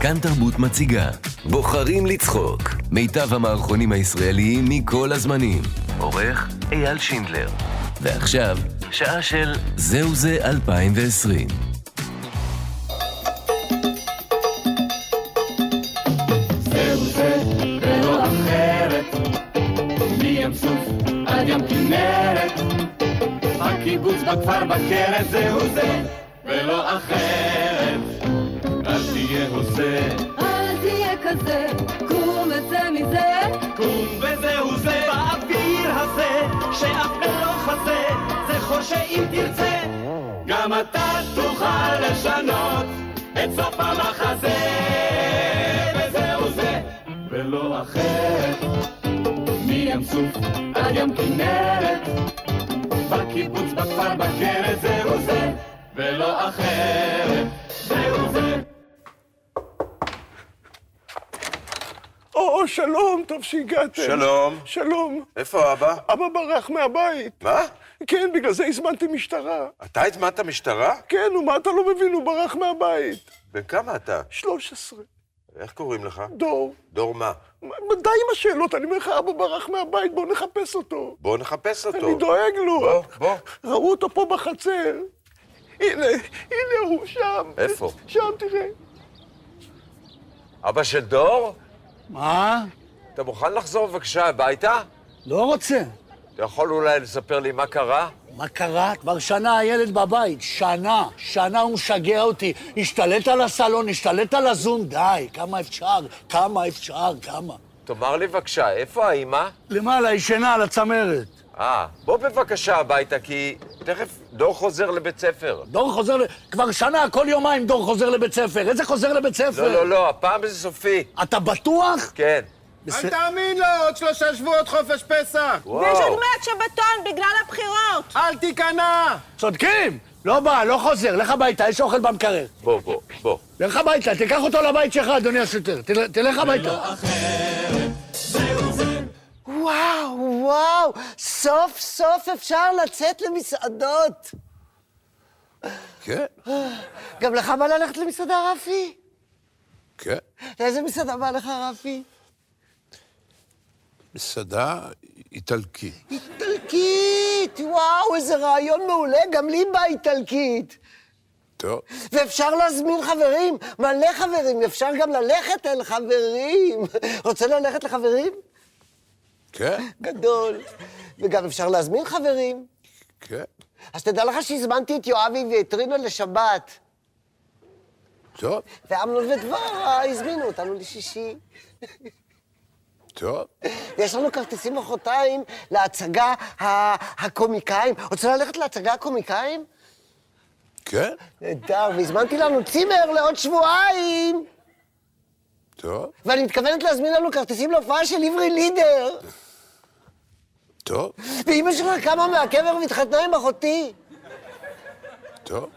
כאן תרבות מציגה בוחרים לצחוק מיטב המערכונים הישראליים מכל הזמנים עורך אייל שינדלר ועכשיו שעה של זהו זה 2020 זהו זה ולא אחרת, מים סוף עד ים כנרת, הקיבוץ בכפר בכרם זהו זה ולא אחרת, אל תהיה הוזה, אז יהיה כזה, קום וצא מזה, קום וזהו זה באוויר הזה, שאף לא חזה, זה חור שאם תרצה, גם אתה תוכל לשנות את סוף המחזה, וזהו זה ולא אחרת, מים סוף עד ים כנרת, בקיבוץ, בכפר, בכנרת, זהו זה ולא אחרת, זהו זה או, או, שלום, טוב שהגעתם. שלום. שלום. איפה אבא? אבא ברח מהבית. מה? כן, בגלל זה הזמנתי משטרה. אתה הזמנת משטרה? כן, ומה אתה לא מבין? הוא ברח מהבית. בן כמה אתה? 13. איך קוראים לך? דור. דור מה? מה- די עם השאלות, אני אומר לך, אבא ברח מהבית, בוא נחפש אותו. בוא נחפש אותו. אני דואג לו. בוא, בוא. ראו אותו פה בחצר. הנה, הנה הוא שם. איפה? שם, תראה. אבא של דור? מה? אתה מוכן לחזור בבקשה הביתה? לא רוצה. אתה יכול אולי לספר לי מה קרה? מה קרה? כבר שנה הילד בבית. שנה. שנה הוא משגע אותי. השתלט על הסלון, השתלט על הזום. די, כמה אפשר? כמה אפשר? כמה? תאמר לי בבקשה, איפה האימא? למעלה, ישנה על הצמרת. אה, בוא בבקשה הביתה, כי תכף דור חוזר לבית ספר. דור חוזר ל... כבר שנה, כל יומיים דור חוזר לבית ספר. איזה חוזר לבית ספר? לא, לא, לא, הפעם זה סופי. אתה בטוח? כן. בסדר. תאמין לו, עוד שלושה שבועות חופש פסח. יש עוד וואו. מעט שבתון בגלל הבחירות. אל תיכנע! צודקים! לא בא, לא חוזר. לך הביתה, יש אוכל במקרר. בוא, בוא, בוא. לך הביתה, תיקח אותו לבית שלך, אדוני השוטר. תל- תלך לא- הביתה. וואו, וואו, סוף סוף אפשר לצאת למסעדות. כן, גם לך בא ללכת למסעדה, רפי? כן. לאיזה מסעדה בא לך, רפי? מסעדה איטלקית. איטלקית! וואו, איזה רעיון מעולה, גם לי בא איטלקית. טוב, ואפשר להזמין חברים, מלא חברים, אפשר גם ללכת אל חברים. רוצה ללכת לחברים? כן, גדול. וגם אפשר להזמין חברים. כן. אז תדע לך שהזמנתי את יואבי ואת רינו לשבת. טוב, ואמנון ודברה הזמינו אותנו לשישי. טוב. יש לנו כרטיסים מחרתיים להצגה ה- הקומיקאים. רוצה ללכת להצגה הקומיקאים? כן, נהדר, והזמנתי לנו צימר לעוד שבועיים! טוב, ואני מתכוונת להזמין לנו כרטיסים להופעה של עברי לידר. טוב, ואימא שלך קמה מהקבר והתחתנה עם אחותי. טוב.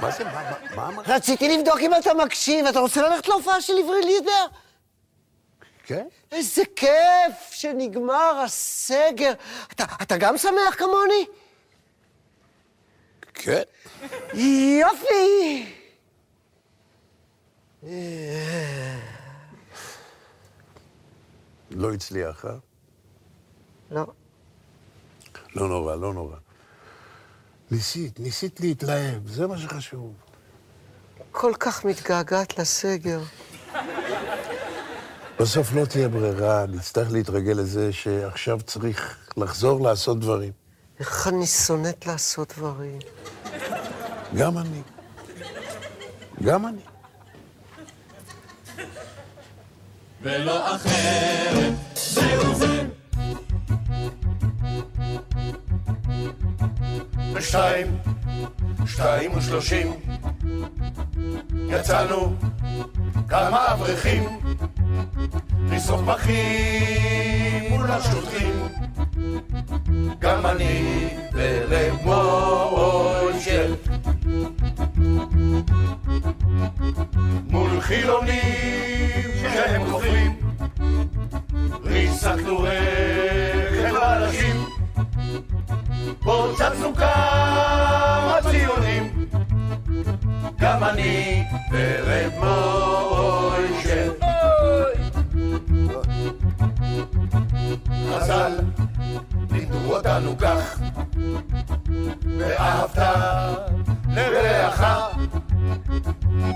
מה זה, מה- מה מה אמרת? רציתי לבדוק אם אתה מקשיב, אתה רוצה ללכת להופעה של עברי לידר? כן? איזה כיף שנגמר הסגר. אתה, אתה גם שמח כמוני? כן, יופי! לא הצליח, אה? לא. לא נורא, לא נורא. ניסית, ניסית להתלהב, זה מה שחשוב. כל כך מתגעגעת לסגר. בסוף לא תהיה ברירה, נצטרך להתרגל לזה שעכשיו צריך לחזור לעשות דברים. איך אני שונאת לעשות דברים. גם אני. גם אני. ולא אחרת, זהו זה ושתיים, שתיים ושלושים, יצאנו כמה אברכים, לשרוף פחים מול השוטרים, גם אני ולמוישל. מול חילונים שהם חופרים, ריסקנו רכב אנשים. פוצצנו כמה ציונים, גם אני ורב מור. חז"ל לימדו אותנו כך, ואהבת לרעך,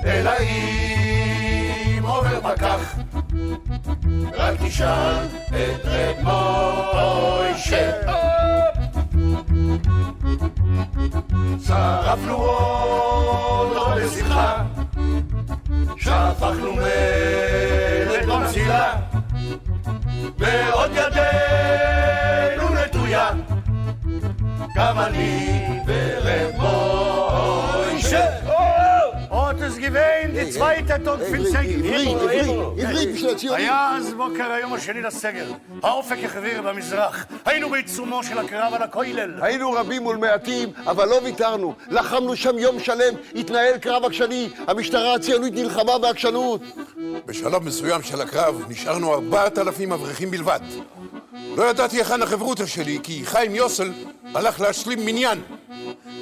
אלא אם עובר פקח, רק תשאל את רב מוישה. שרפנו אותו לשמחה, שהפכנו מלט במסילה, ועוד ידנו נטויה, גם אני ורב מוישה. אוטוס גיוויין, די צווייטה טון פילסגל. עברית, עברית, עברית בשביל הציונים. היה אז בוקר היום השני לסגר. האופק החביר במזרח. היינו בעיצומו של הקרב על הכולל. היינו רבים מול מעטים, אבל לא ויתרנו. לחמנו שם יום שלם, התנהל קרב עקשני, המשטרה הציונית נלחמה בעקשנות. בשלב מסוים של הקרב נשארנו ארבעת אלפים אברכים בלבד. לא ידעתי היכן החברותא שלי, כי חיים יוסל הלך להשלים מניין.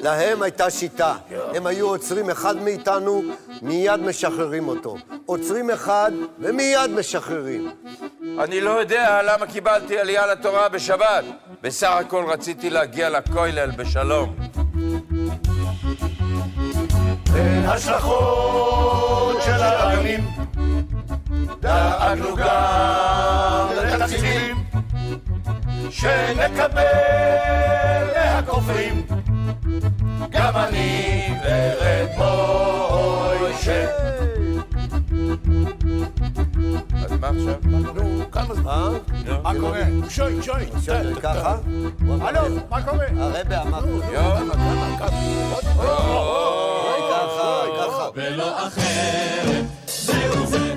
להם הייתה שיטה. הם היו עוצרים אחד מאיתנו, מיד משחררים אותו. עוצרים אחד ומיד משחררים. אני לא יודע למה קיבלתי עלייה לתורה בשבת. בסך הכל רציתי להגיע לכולל בשלום. בין השלכות של הרבנים דאגנו גם לתקציבים שנקבל מהכופרים גם אני ורד מוישה. אז מה עכשיו? נו, כמה זמן? אה? מה קורה? שוי, שוי. ככה? הלו, מה קורה? הרבי אמר. יום. ככה, ככה. ולא אחרת, זהו זה.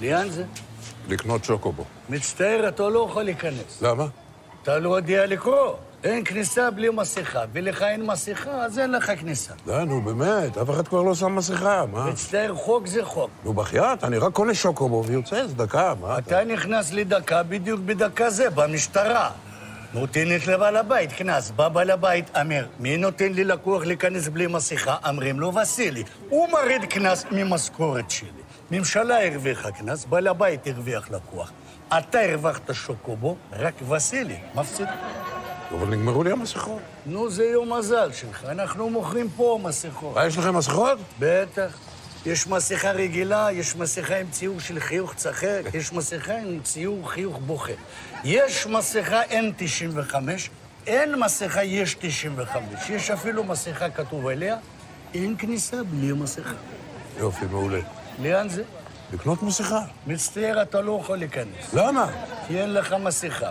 לאן זה? לקנות שוקובו. מצטער, אתה לא יכול להיכנס. למה? אתה לא יודע לקרוא. אין כניסה בלי מסכה, ולך אין מסכה, אז אין לך כניסה. די, נו, באמת, אף אחד כבר לא שם מסכה, מה? מצטער, חוק זה חוק. נו, בחייאת, אני רק קונה שוקובו ויוצא צדקה, מה? אתה נכנס לדקה, בדיוק בדקה זה, במשטרה. נותנת לבעל הבית קנס, בא בעל הבית, אמר, מי נותן לי לקוח להיכנס בלי מסכה? אמרים לו, וסילי. הוא מוריד קנס ממשכורת שלי. ממשלה הרוויחה קנס, בעל הבית הרוויח לקוח. אתה הרווחת שוקובו, רק וסילי, מפסיד. אבל נגמרו לי המסכות. נו, זה יום מזל שלך, אנחנו מוכרים פה מסכות. מה, יש לכם מסכות? בטח. יש מסכה רגילה, יש מסכה עם ציור של חיוך צחק, יש מסכה עם ציור חיוך בוכה. יש מסכה N95, אין מסכה יש 95. יש אפילו מסכה כתוב עליה, אין כניסה בלי מסכה. יופי, מעולה. לאן זה? לקנות מסכה. מצטער, אתה לא יכול להיכנס. למה? כי אין לך מסכה.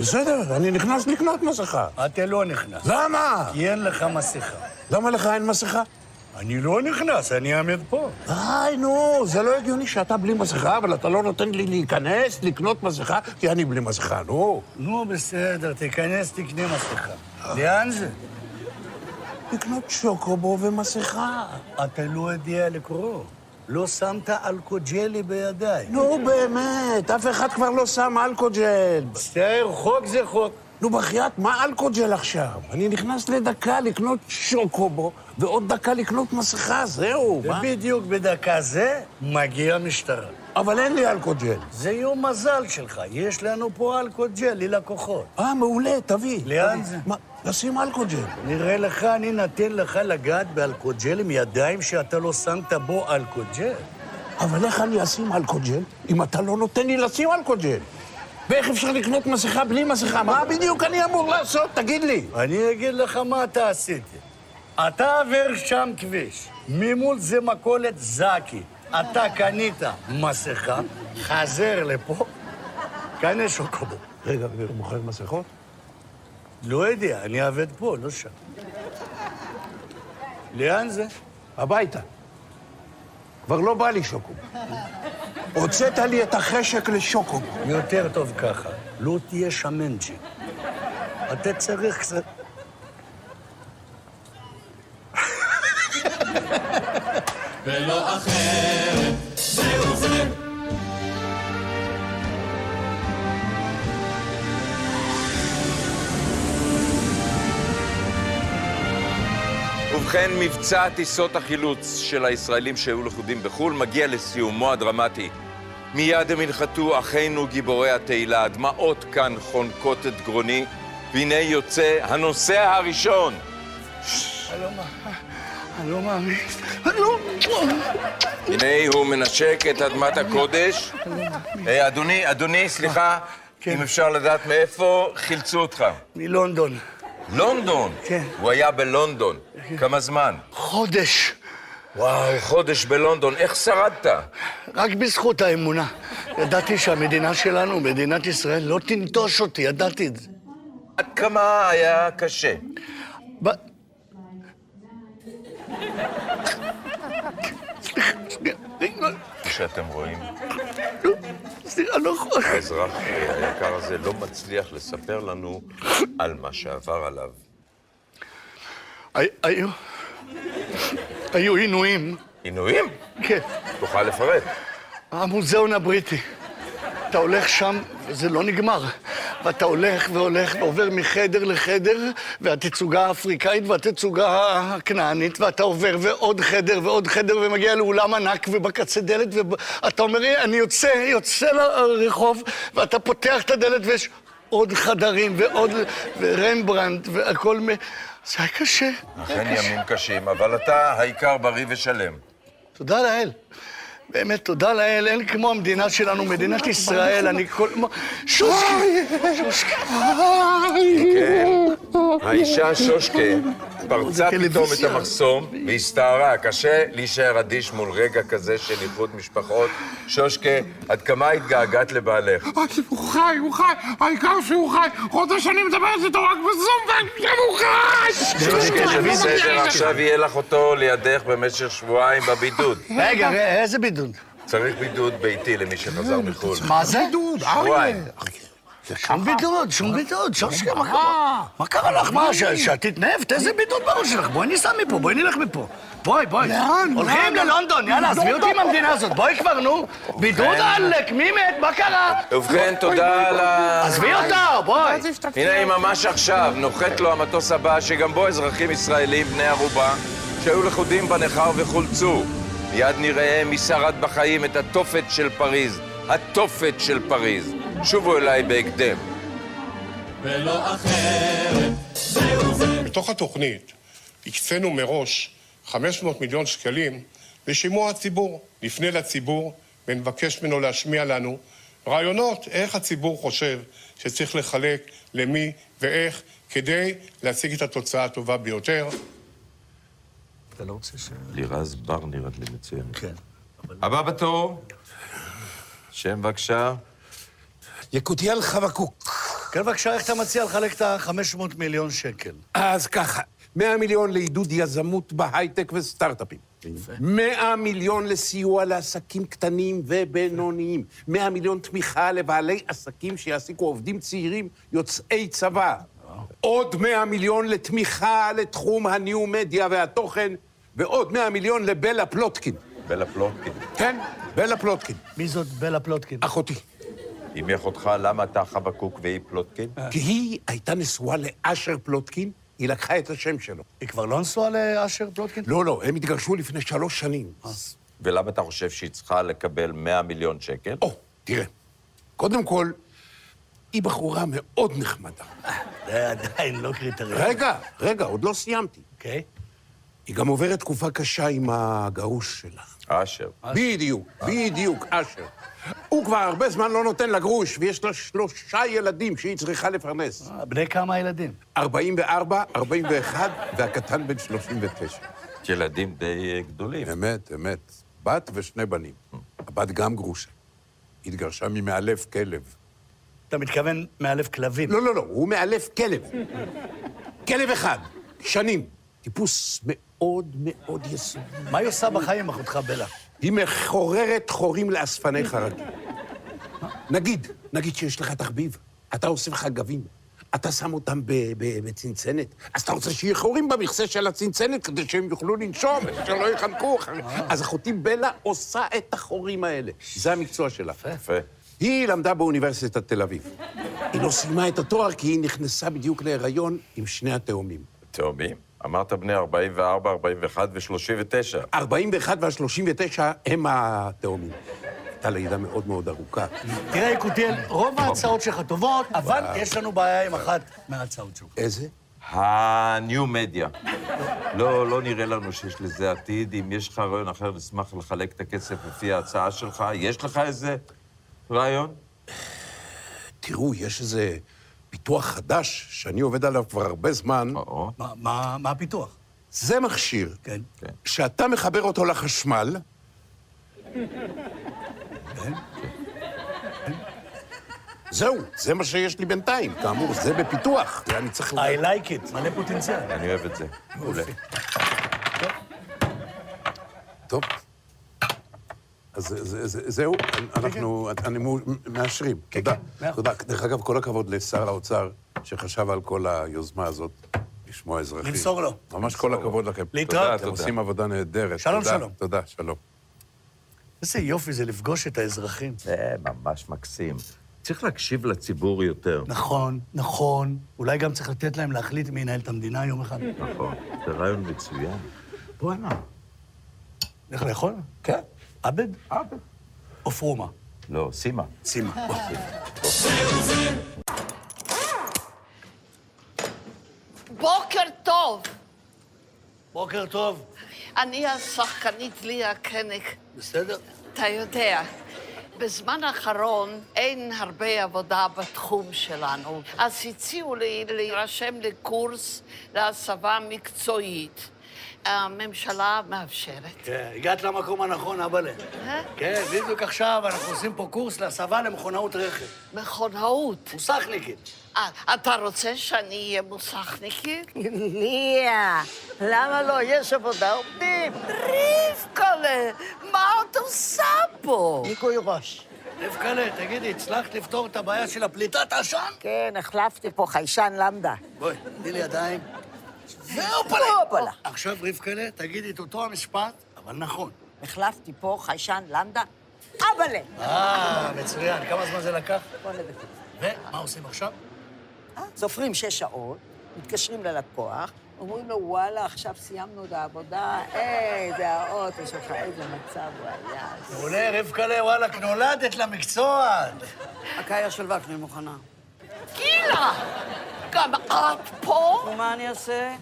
בסדר, אני נכנס לקנות מסכה. אתה לא נכנס. למה? כי אין לך מסכה. למה לך אין מסכה? אני לא נכנס, אני עומד פה. די, נו, זה לא הגיוני שאתה בלי מסכה, אבל אתה לא נותן לי להיכנס, לקנות מסכה, כי אני בלי מסכה, נו. נו, בסדר, תיכנס, תקנה מסכה. לאן זה? לקנות שוקובו ומסכה. אתה לא יודע לקרוא. לא שמת אלכוג'לי בידיי. נו, באמת, אף אחד כבר לא שם אלכוג'ל. מצטער, חוק זה חוק. נו, בחייאת, מה אלכוג'ל עכשיו? אני נכנס לדקה לקנות שוקובו, ועוד דקה לקנות מסכה, זהו, מה? ובדיוק בדקה זה מגיע המשטרה. אבל אין לי אלכוג'ל. זה יום מזל שלך, יש לנו פה אלכוג'ל ללקוחות. אה, מעולה, תביא. לאן תביא. זה? מה, לשים אלכוג'ל. נראה לך, אני נותן לך לגעת באלכוג'ל עם ידיים שאתה לא שמת בו אלכוג'ל. אבל איך אני אשים אלכוג'ל אם אתה לא נותן לי לשים אלכוג'ל? ואיך אפשר לקנות מסכה בלי מסכה? מה בדיוק אני אמור לעשות? תגיד לי. אני אגיד לך מה אתה עשית. אתה עבר שם כביש, ממול זה מכולת זקי. אתה קנית מסכה, חזר לפה, קנה שוקובו. רגע, הוא מוכר מסכות? לא יודע, אני עובד פה, לא שם. לאן זה? הביתה. כבר לא בא לי שוקובו. הוצאת לי את החשק לשוקובו. יותר טוב ככה, לא תהיה שמנג'י. אתה צריך קצת... ולא אחרת, זהו זה. ובכן, מבצע טיסות החילוץ של הישראלים שהיו לכודים בחו"ל מגיע לסיומו הדרמטי. מיד הם ינחתו אחינו גיבורי התהילה, הדמעות כאן חונקות את גרוני, והנה יוצא הנוסע הראשון. אני לא מאמין. אני לא מאמין. אני לא... הנה הוא מנשק את אדמת הקודש. אה, אדוני, אדוני, סליחה, אם אפשר לדעת מאיפה חילצו אותך. מלונדון. לונדון. כן. הוא היה בלונדון. כמה זמן? חודש. וואו, חודש בלונדון, איך שרדת? רק בזכות האמונה. ידעתי שהמדינה שלנו, מדינת ישראל, לא תנטוש אותי, ידעתי את זה. עד כמה היה קשה? ב... סליחה, שנייה, רגע, כפי שאתם רואים, סליחה, אני לא יכול. האזרח היקר הזה לא מצליח לספר לנו על מה שעבר עליו. הי- היו... היו עינויים. עינויים? כן. תוכל לפרט. המוזיאון הבריטי. אתה הולך שם, זה לא נגמר. ואתה הולך והולך ועובר מחדר לחדר, והתצוגה האפריקאית והתצוגה הכנענית, ואתה עובר ועוד חדר ועוד חדר, ומגיע לאולם ענק ובקצה דלת, ואתה אומר, "אה, אני יוצא, יוצא לרחוב, ואתה פותח את הדלת ויש עוד חדרים ועוד... ורמברנדט והכל מ... זה היה קשה. אכן ימים קשים, אבל אתה העיקר בריא ושלם. תודה לאל. באמת, תודה לאל, אין כמו המדינה שלנו, מדינת ישראל, אני כל... מה- שושקי! שושקי! האישה שושקה פרצה פתאום את המחסום והסתערה. קשה להישאר אדיש מול רגע כזה של איחוד משפחות. שושקה, עד כמה התגעגעת לבעלך? הוא חי, הוא חי, העיקר שהוא חי. חודש אני מדברת איתו רק בזום, ועכשיו הוא חש! שושקה, זה אני לא בסדר, מגיעה עכשיו יהיה לך אותו לידך במשך שבועיים בבידוד. רגע, רגע, איזה בידוד? צריך בידוד ביתי למי שחזר מחו"ל. מה זה? אה, שבועיים. שום בידוד, שום בידוד, אה. שושקי, מה קרה? מה קרה לך? מה, ש- שאת התנאבת? איזה בידוד בראש שלך? בואי ניסע מפה, בואי נלך מפה. בואי, בואי. לאן? הולכים לאן? ללונדון, יאללה, עזבי אותי עם המדינה הזאת, בואי כבר, נו. בידוד אוקיי. עלק, מי מת? מה קרה? ובכן, תודה על ה... עזבי אה. אותה, בואי. הנה, ממש עכשיו נוחת לו המטוס הבא, שגם בו אזרחים ישראלים בני ערובה, שהיו לכודים בניכר וחולצו. מיד נראה מי שרד בחיים את התופת של פריז, התופת של פריז. שובו אליי בהקדם. ולא אחרת, זהו זה. בתוך התוכנית הקצינו מראש 500 מיליון שקלים לשימוע הציבור. נפנה לציבור ונבקש ממנו להשמיע לנו רעיונות איך הציבור חושב שצריך לחלק למי ואיך כדי להשיג את התוצאה הטובה ביותר. אתה לא רוצה ש... לירז בר נראית לי מצוין. כן. הבא בתור. שם בבקשה. יקותיאל חבקוק. כן, בבקשה, איך אתה מציע לחלק את ה-500 מיליון שקל? אז ככה, 100 מיליון לעידוד יזמות בהייטק וסטארט-אפים. 100 מיליון לסיוע לעסקים קטנים ובינוניים. 100 מיליון תמיכה לבעלי עסקים שיעסיקו עובדים צעירים יוצאי צבא. עוד 100 מיליון לתמיכה לתחום הניו-מדיה והתוכן, ועוד 100 מיליון לבלה פלוטקין. בלה פלוטקין. כן, בלה פלוטקין. מי זאת בלה פלוטקין? אחותי. עם אחותך, למה אתה חבקוק והיא פלוטקין? כי היא הייתה נשואה לאשר פלוטקין, היא לקחה את השם שלו. היא כבר לא נשואה לאשר פלוטקין? לא, לא, הם התגרשו לפני שלוש שנים. אז ולמה אתה חושב שהיא צריכה לקבל 100 מיליון שקל? או, תראה. קודם כל, היא בחורה מאוד נחמדה. זה עדיין לא קריטריון. רגע, רגע, עוד לא סיימתי. אוקיי. היא גם עוברת תקופה קשה עם הגרוש שלה. אשר. בדיוק, בדיוק, אשר. הוא כבר הרבה זמן לא נותן לה גרוש, ויש לה שלושה ילדים שהיא צריכה לפרנס. בני כמה הילדים? 44, 41, והקטן בן 39. ילדים די אה, גדולים. אה. אמת, אמת. בת ושני בנים. הבת גם גרושה. התגרשה ממאלף כלב. אתה מתכוון מאלף כלבים? לא, לא, לא, הוא מאלף כלב. כלב אחד, שנים. טיפוס מאוד מאוד יסודי. מה היא עושה בחיים, אחותך בלה? היא מחוררת חורים לאספני חרקים. נגיד, נגיד שיש לך תחביב, אתה אוסף חגבים, אתה שם אותם ב- ב- בצנצנת, אז אתה רוצה שיהיה חורים במכסה של הצנצנת כדי שהם יוכלו לנשום, שלא יחנקו. אז אחותי בלה עושה את החורים האלה. זה המקצוע שלה. יפה. היא למדה באוניברסיטת תל אביב. היא לא סיימה את התואר כי היא נכנסה בדיוק להיריון עם שני התאומים. תאומים? אמרת בני 44, 41 ו-39. 41 וה-39 הם התאומים. הייתה לידה מאוד מאוד ארוכה. תראה, יקותיאל, רוב ההצעות שלך טובות, אבל אה. וואו. יש לנו בעיה עם אחת מההצעות שלך. איזה? הניו מדיה. לא, לא נראה לנו שיש לזה עתיד. אם יש לך רעיון אחר, נשמח לחלק את הכסף לפי ההצעה שלך. יש לך איזה רעיון? תראו, יש איזה פיתוח חדש שאני עובד עליו כבר הרבה זמן. מה- מה מה הפיתוח? זה מכשיר. כן. שאתה מחבר אותו לחשמל, כן. זהו, זה מה שיש לי בינתיים. כאמור, זה בפיתוח. זה אני צריך... I like it, מלא פוטנציאל. אני אוהב את זה. מעולה. טוב. אז זה- זה- זה- זהו, אנחנו, אני מו- מאשרים. תודה. תודה. דרך אגב, כל הכבוד לשר האוצר, שחשב על כל היוזמה הזאת לשמוע אזרחים. למסור לו. ממש כל הכבוד לכם. להתראות. תודה, אתם תודה. עושים עבודה נהדרת. שלום, תודה, שלום. תודה, שלום. איזה יופי זה לפגוש את האזרחים. זה ממש מקסים. צריך להקשיב לציבור יותר. נכון, נכון. אולי גם צריך לתת להם להחליט מי ינהל את המדינה יום אחד. נכון. זה רעיון מצוין. בואנה. לך לאכול? כן. עבד? עבד. או פרומה? לא, סימה. סימה. בוקר טוב. בוקר טוב. אני השחקנית ליה קניק. בסדר? אתה יודע, בזמן האחרון אין הרבה עבודה בתחום שלנו, אז הציעו לי להירשם לקורס להסבה מקצועית. הממשלה מאפשרת. כן, הגעת למקום הנכון, אבאלה. אה? כן, בדיוק עכשיו אנחנו עושים פה קורס להסבה למכונאות רכב. מכונאות. מוסכניקית. אה, אתה רוצה שאני אהיה מוסכניקית? ליה, למה לא? יש עבודה עובדים. רבקלה, מה את עושה פה? ניקוי ראש. רבקלה, תגידי, הצלחת לפתור את הבעיה של הפליטת עשן? כן, החלפתי פה חיישן למדה. בואי, תני לי ידיים. והופלה. עכשיו, רבקלה, תגידי את אותו המשפט, אבל נכון. החלפתי פה חיישן למדה. אבאלה. אה, מצוין. כמה זמן זה לקח? שמונה דקות. ומה עושים עכשיו? סופרים שש שעות, מתקשרים ללקוח, אומרים לו, וואלה, עכשיו סיימנו את העבודה, איזה האוטו שלך, איזה מצב הוא היה. מעולה, רבקלה, וואלכ, נולדת למקצוע. הקאיה של וקנין מוכנה. גילה! גם את פה? ומה אני אעשה?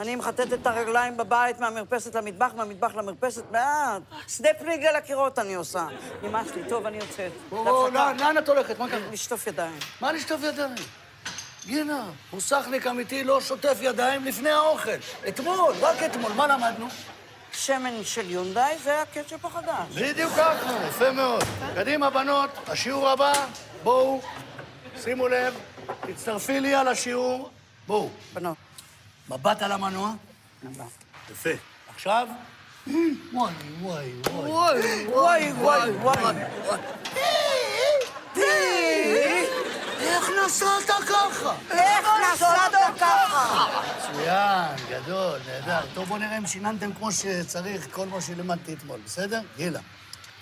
אני מחטטת את הרגליים בבית, מהמרפסת למטבח, מהמטבח למרפסת, בעד. שדה פריגל לקירות אני עושה. נמאס לי, טוב, אני יוצאת. או, לאן- לאן את הולכת? מה קרה? לשטוף ידיים. מה לשטוף ידיים? גינה, מוסכניק אמיתי לא שוטף ידיים לפני האוכל. אתמול, רק אתמול, מה למדנו? שמן של יונדאי זה הקטשופ החדש. בדיוק ככה, יפה מאוד. קדימה, בנות, השיעור הבא, בואו, שימו לב, תצטרפי לי על השיעור, בואו. בנות. מבט על המנוע. יפה. עכשיו? וואי, וואי, וואי, וואי, וואי, וואי. אה, איך נסעת ככה? איך נסעת ככה? מצוין, גדול, נהדר. טוב, בואו נראה אם שיננתם כמו שצריך כל מה שלימדתי אתמול, בסדר? גילה,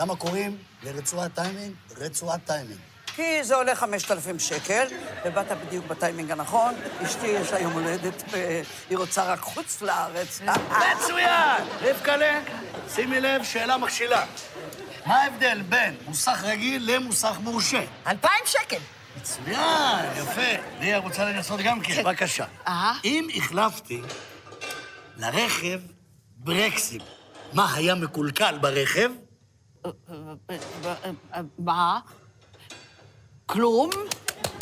למה קוראים לרצועת טיימינג רצועת טיימינג? כי זה עולה 5,000 שקל, ובאת בדיוק בטיימינג הנכון. אשתי יש לה יום הולדת, והיא רוצה רק חוץ לארץ. מצוין! רבקלה, שימי לב, שאלה מכשילה. מה ההבדל בין מוסך רגיל למוסך מורשה? אלפיים שקל. מצוין, יפה. ליה רוצה לנסות גם כן, בבקשה. אה? אם החלפתי לרכב ברקסים, מה היה מקולקל ברכב? מה? כלום?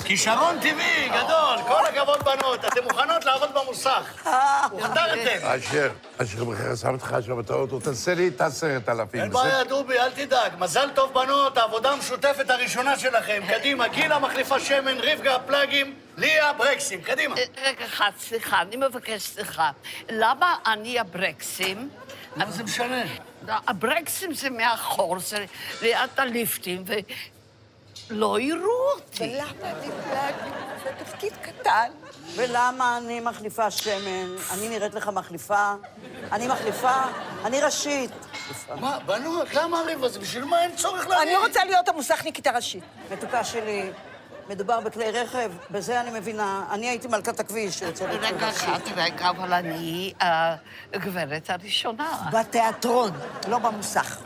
כישרון טבעי, גדול. כל הכבוד, בנות. אתן מוכנות לעבוד במוסך. הוכתרתם. אשר, אשר בחייך שם אותך עכשיו את האוטו, תעשה לי את העשרת אלפים. אין בעיה, דובי, אל תדאג. מזל טוב, בנות, העבודה המשותפת הראשונה שלכם. קדימה, גילה מחליפה שמן, רבקה פלאגים, ליה ברקסים. קדימה. רגע אחד, סליחה, אני מבקשת סליחה. למה אני הברקסים? לא, מה זה משנה? הברקסים זה מאחור, זה ליד הליפטים, ולא יראו אותי. ולמה אני זה תפקיד קטן. ולמה אני מחליפה שמן? אני נראית לך מחליפה? אני מחליפה? אני ראשית. מה, בנות, למה הריב הזה? בשביל מה אין צורך לריב? אני רוצה להיות המוסכניקית הראשית. מתוקה שלי, מדובר בכלי רכב, בזה אני מבינה. אני הייתי מלכת הכביש שיוצאת רגע אחד, רגע, אבל אני הגברת הראשונה. בתיאטרון, לא במוסך.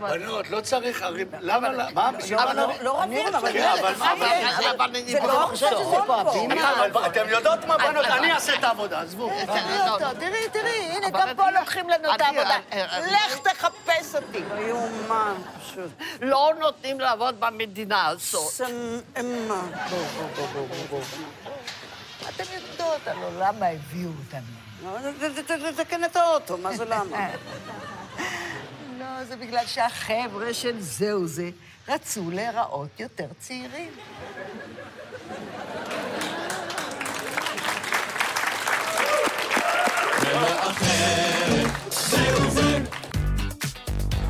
בנות, לא צריך ערים... למה? לה- מה? בשביל מה? אבל לא- להרים? לא רבים, אני אבל רוצה- זה- אבל- זה- אבל- זה- אבל- זה לא- אני חושבת שזה פה הבימה. אבל- אתם יודעות מה, בנות? אבל- אני אעשה את העבודה, עזבו. תראי לא, אותו, אה, תראי, תראי, הנה, גם פה לוקחים לנו את אני- העבודה. אה, אה, לך תחפש אותי. לא יאומן, פשוט. לא נותנים לעבוד במדינה הזאת. סממה. אתם יודעות, הלוא למה הביאו אותנו? תקן את האוטו, מה זה למה? לא, זה בגלל שהחבר'ה של זהו זה רצו להיראות יותר צעירים.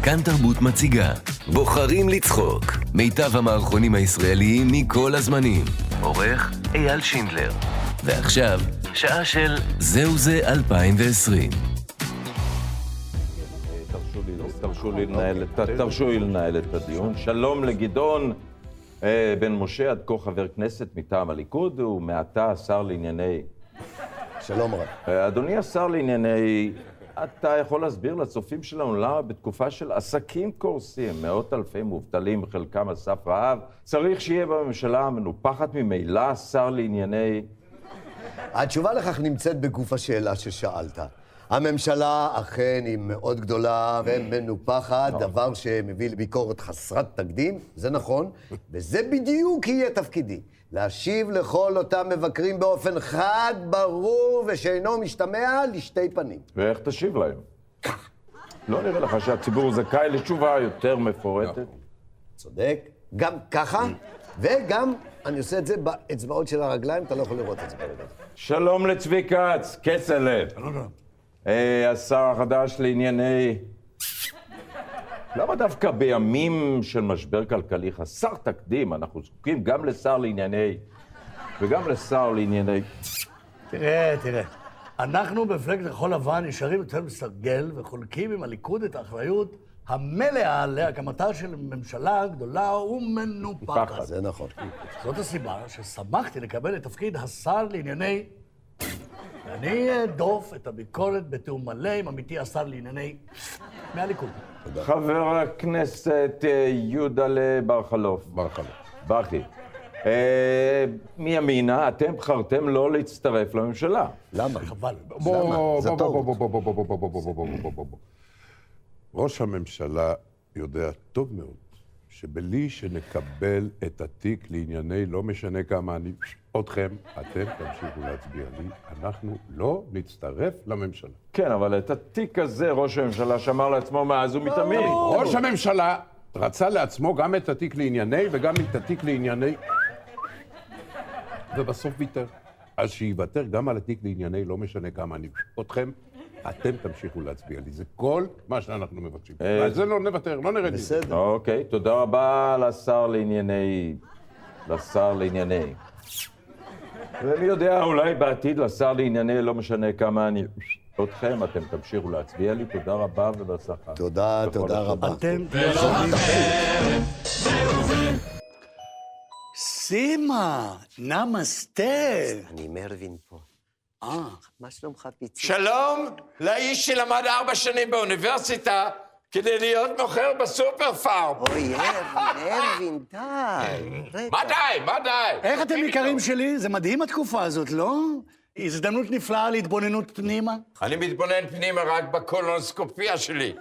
כאן תרבות מציגה בוחרים לצחוק מיטב המערכונים הישראליים מכל הזמנים עורך אייל שינדלר ועכשיו שעה של זהו זה 2020 תרשו לי- תרשו לי לנהל את- תרשו לי לנהל את הדיון. שלום לגדעון אה, בן משה, עד כה חבר כנסת מטעם הליכוד, ומעתה השר לענייני... שלום רב. אדוני השר לענייני, אתה יכול להסביר לצופים שלנו למה בתקופה של עסקים קורסים, מאות אלפי מובטלים, חלקם על סף רעב, צריך שיהיה בממשלה המנופחת ממילא שר לענייני... התשובה לכך נמצאת בגוף השאלה ששאלת. הממשלה אכן היא מאוד גדולה ומנופחת, נכון. דבר שמביא לביקורת חסרת תקדים, זה נכון, וזה בדיוק יהיה תפקידי. להשיב לכל אותם מבקרים באופן חד, ברור ושאינו משתמע לשתי פנים. ואיך תשיב להם? לא נראה לך שהציבור זכאי לתשובה יותר מפורטת? צודק. גם ככה, וגם אני עושה את זה באצבעות של הרגליים, אתה לא יכול לראות את זה כרגע. שלום לצבי כץ, כצל'ה. אה, השר החדש לענייני... למה דווקא בימים של משבר כלכלי חסר תקדים אנחנו זקוקים גם לשר לענייני... וגם לשר לענייני... תראה, תראה. אנחנו במפלגת כחול לבן נשארים יותר מסרגל וחולקים עם הליכוד את האחריות המלאה להקמתה של ממשלה גדולה ומנופחת. זה נכון. זאת הסיבה ששמחתי לקבל את תפקיד השר לענייני... ואני אהדוף את הביקורת בתיאום מלא עם עמיתי השר לענייני... מהליכוד. חבר הכנסת אה, יהודלה בר חלוף. בר חלוף. ברכי. אה, מימינה, אתם בחרתם לא להצטרף לממשלה. למה? חבל. בוא, בוא, בוא, בוא, בוא, בוא, בוא, בוא, בוא, בוא, בוא, בוא, בוא, בוא, בוא, בוא. ראש הממשלה יודע טוב מאוד שבלי שנקבל את התיק לענייני, לא משנה כמה אני... אתכם, אתם תמשיכו להצביע לי, אנחנו לא נצטרף לממשלה. כן, אבל את התיק הזה ראש הממשלה שמר לעצמו מאז ומתמיד. ראש הממשלה רצה לעצמו גם את התיק לענייני וגם את התיק לענייני... ובסוף ויתר. אז שיוותר גם על התיק לענייני, לא משנה כמה אני אתכם, אתם תמשיכו להצביע לי. זה כל מה שאנחנו מבקשים. אה, על זה לא נוותר, לא נרד מזה. אוקיי, תודה רבה לשר לענייני... לשר לענייני. ומי יודע, אולי בעתיד לשר לענייני, לא משנה כמה אני... אתכם, אתם תמשיכו להצביע לי. תודה רבה ובהצלחה. תודה, תודה רבה. אתם סימה, נמסטר. אני מרווין פה. אה. מה שלומך, פיצי? שלום לאיש שלמד ארבע שנים באוניברסיטה כדי להיות מוכר בסופר פארם. אוי, מרווין, די. מה די? מה די? איך אתם יקרים שלי? זה מדהים התקופה הזאת, לא? הזדמנות נפלאה להתבוננות פנימה. אני מתבונן פנימה רק בקולונוסקופיה שלי.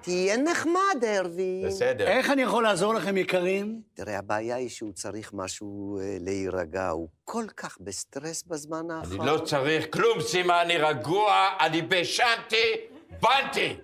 תהיה נחמד, הרווין. בסדר. איך אני יכול לעזור לכם, יקרים? תראה, הבעיה היא שהוא צריך משהו אה, להירגע. הוא כל כך בסטרס בזמן אני האחרון. לא צריך כלום, סימה, אני רגוע, אני בשנתי, בנתי.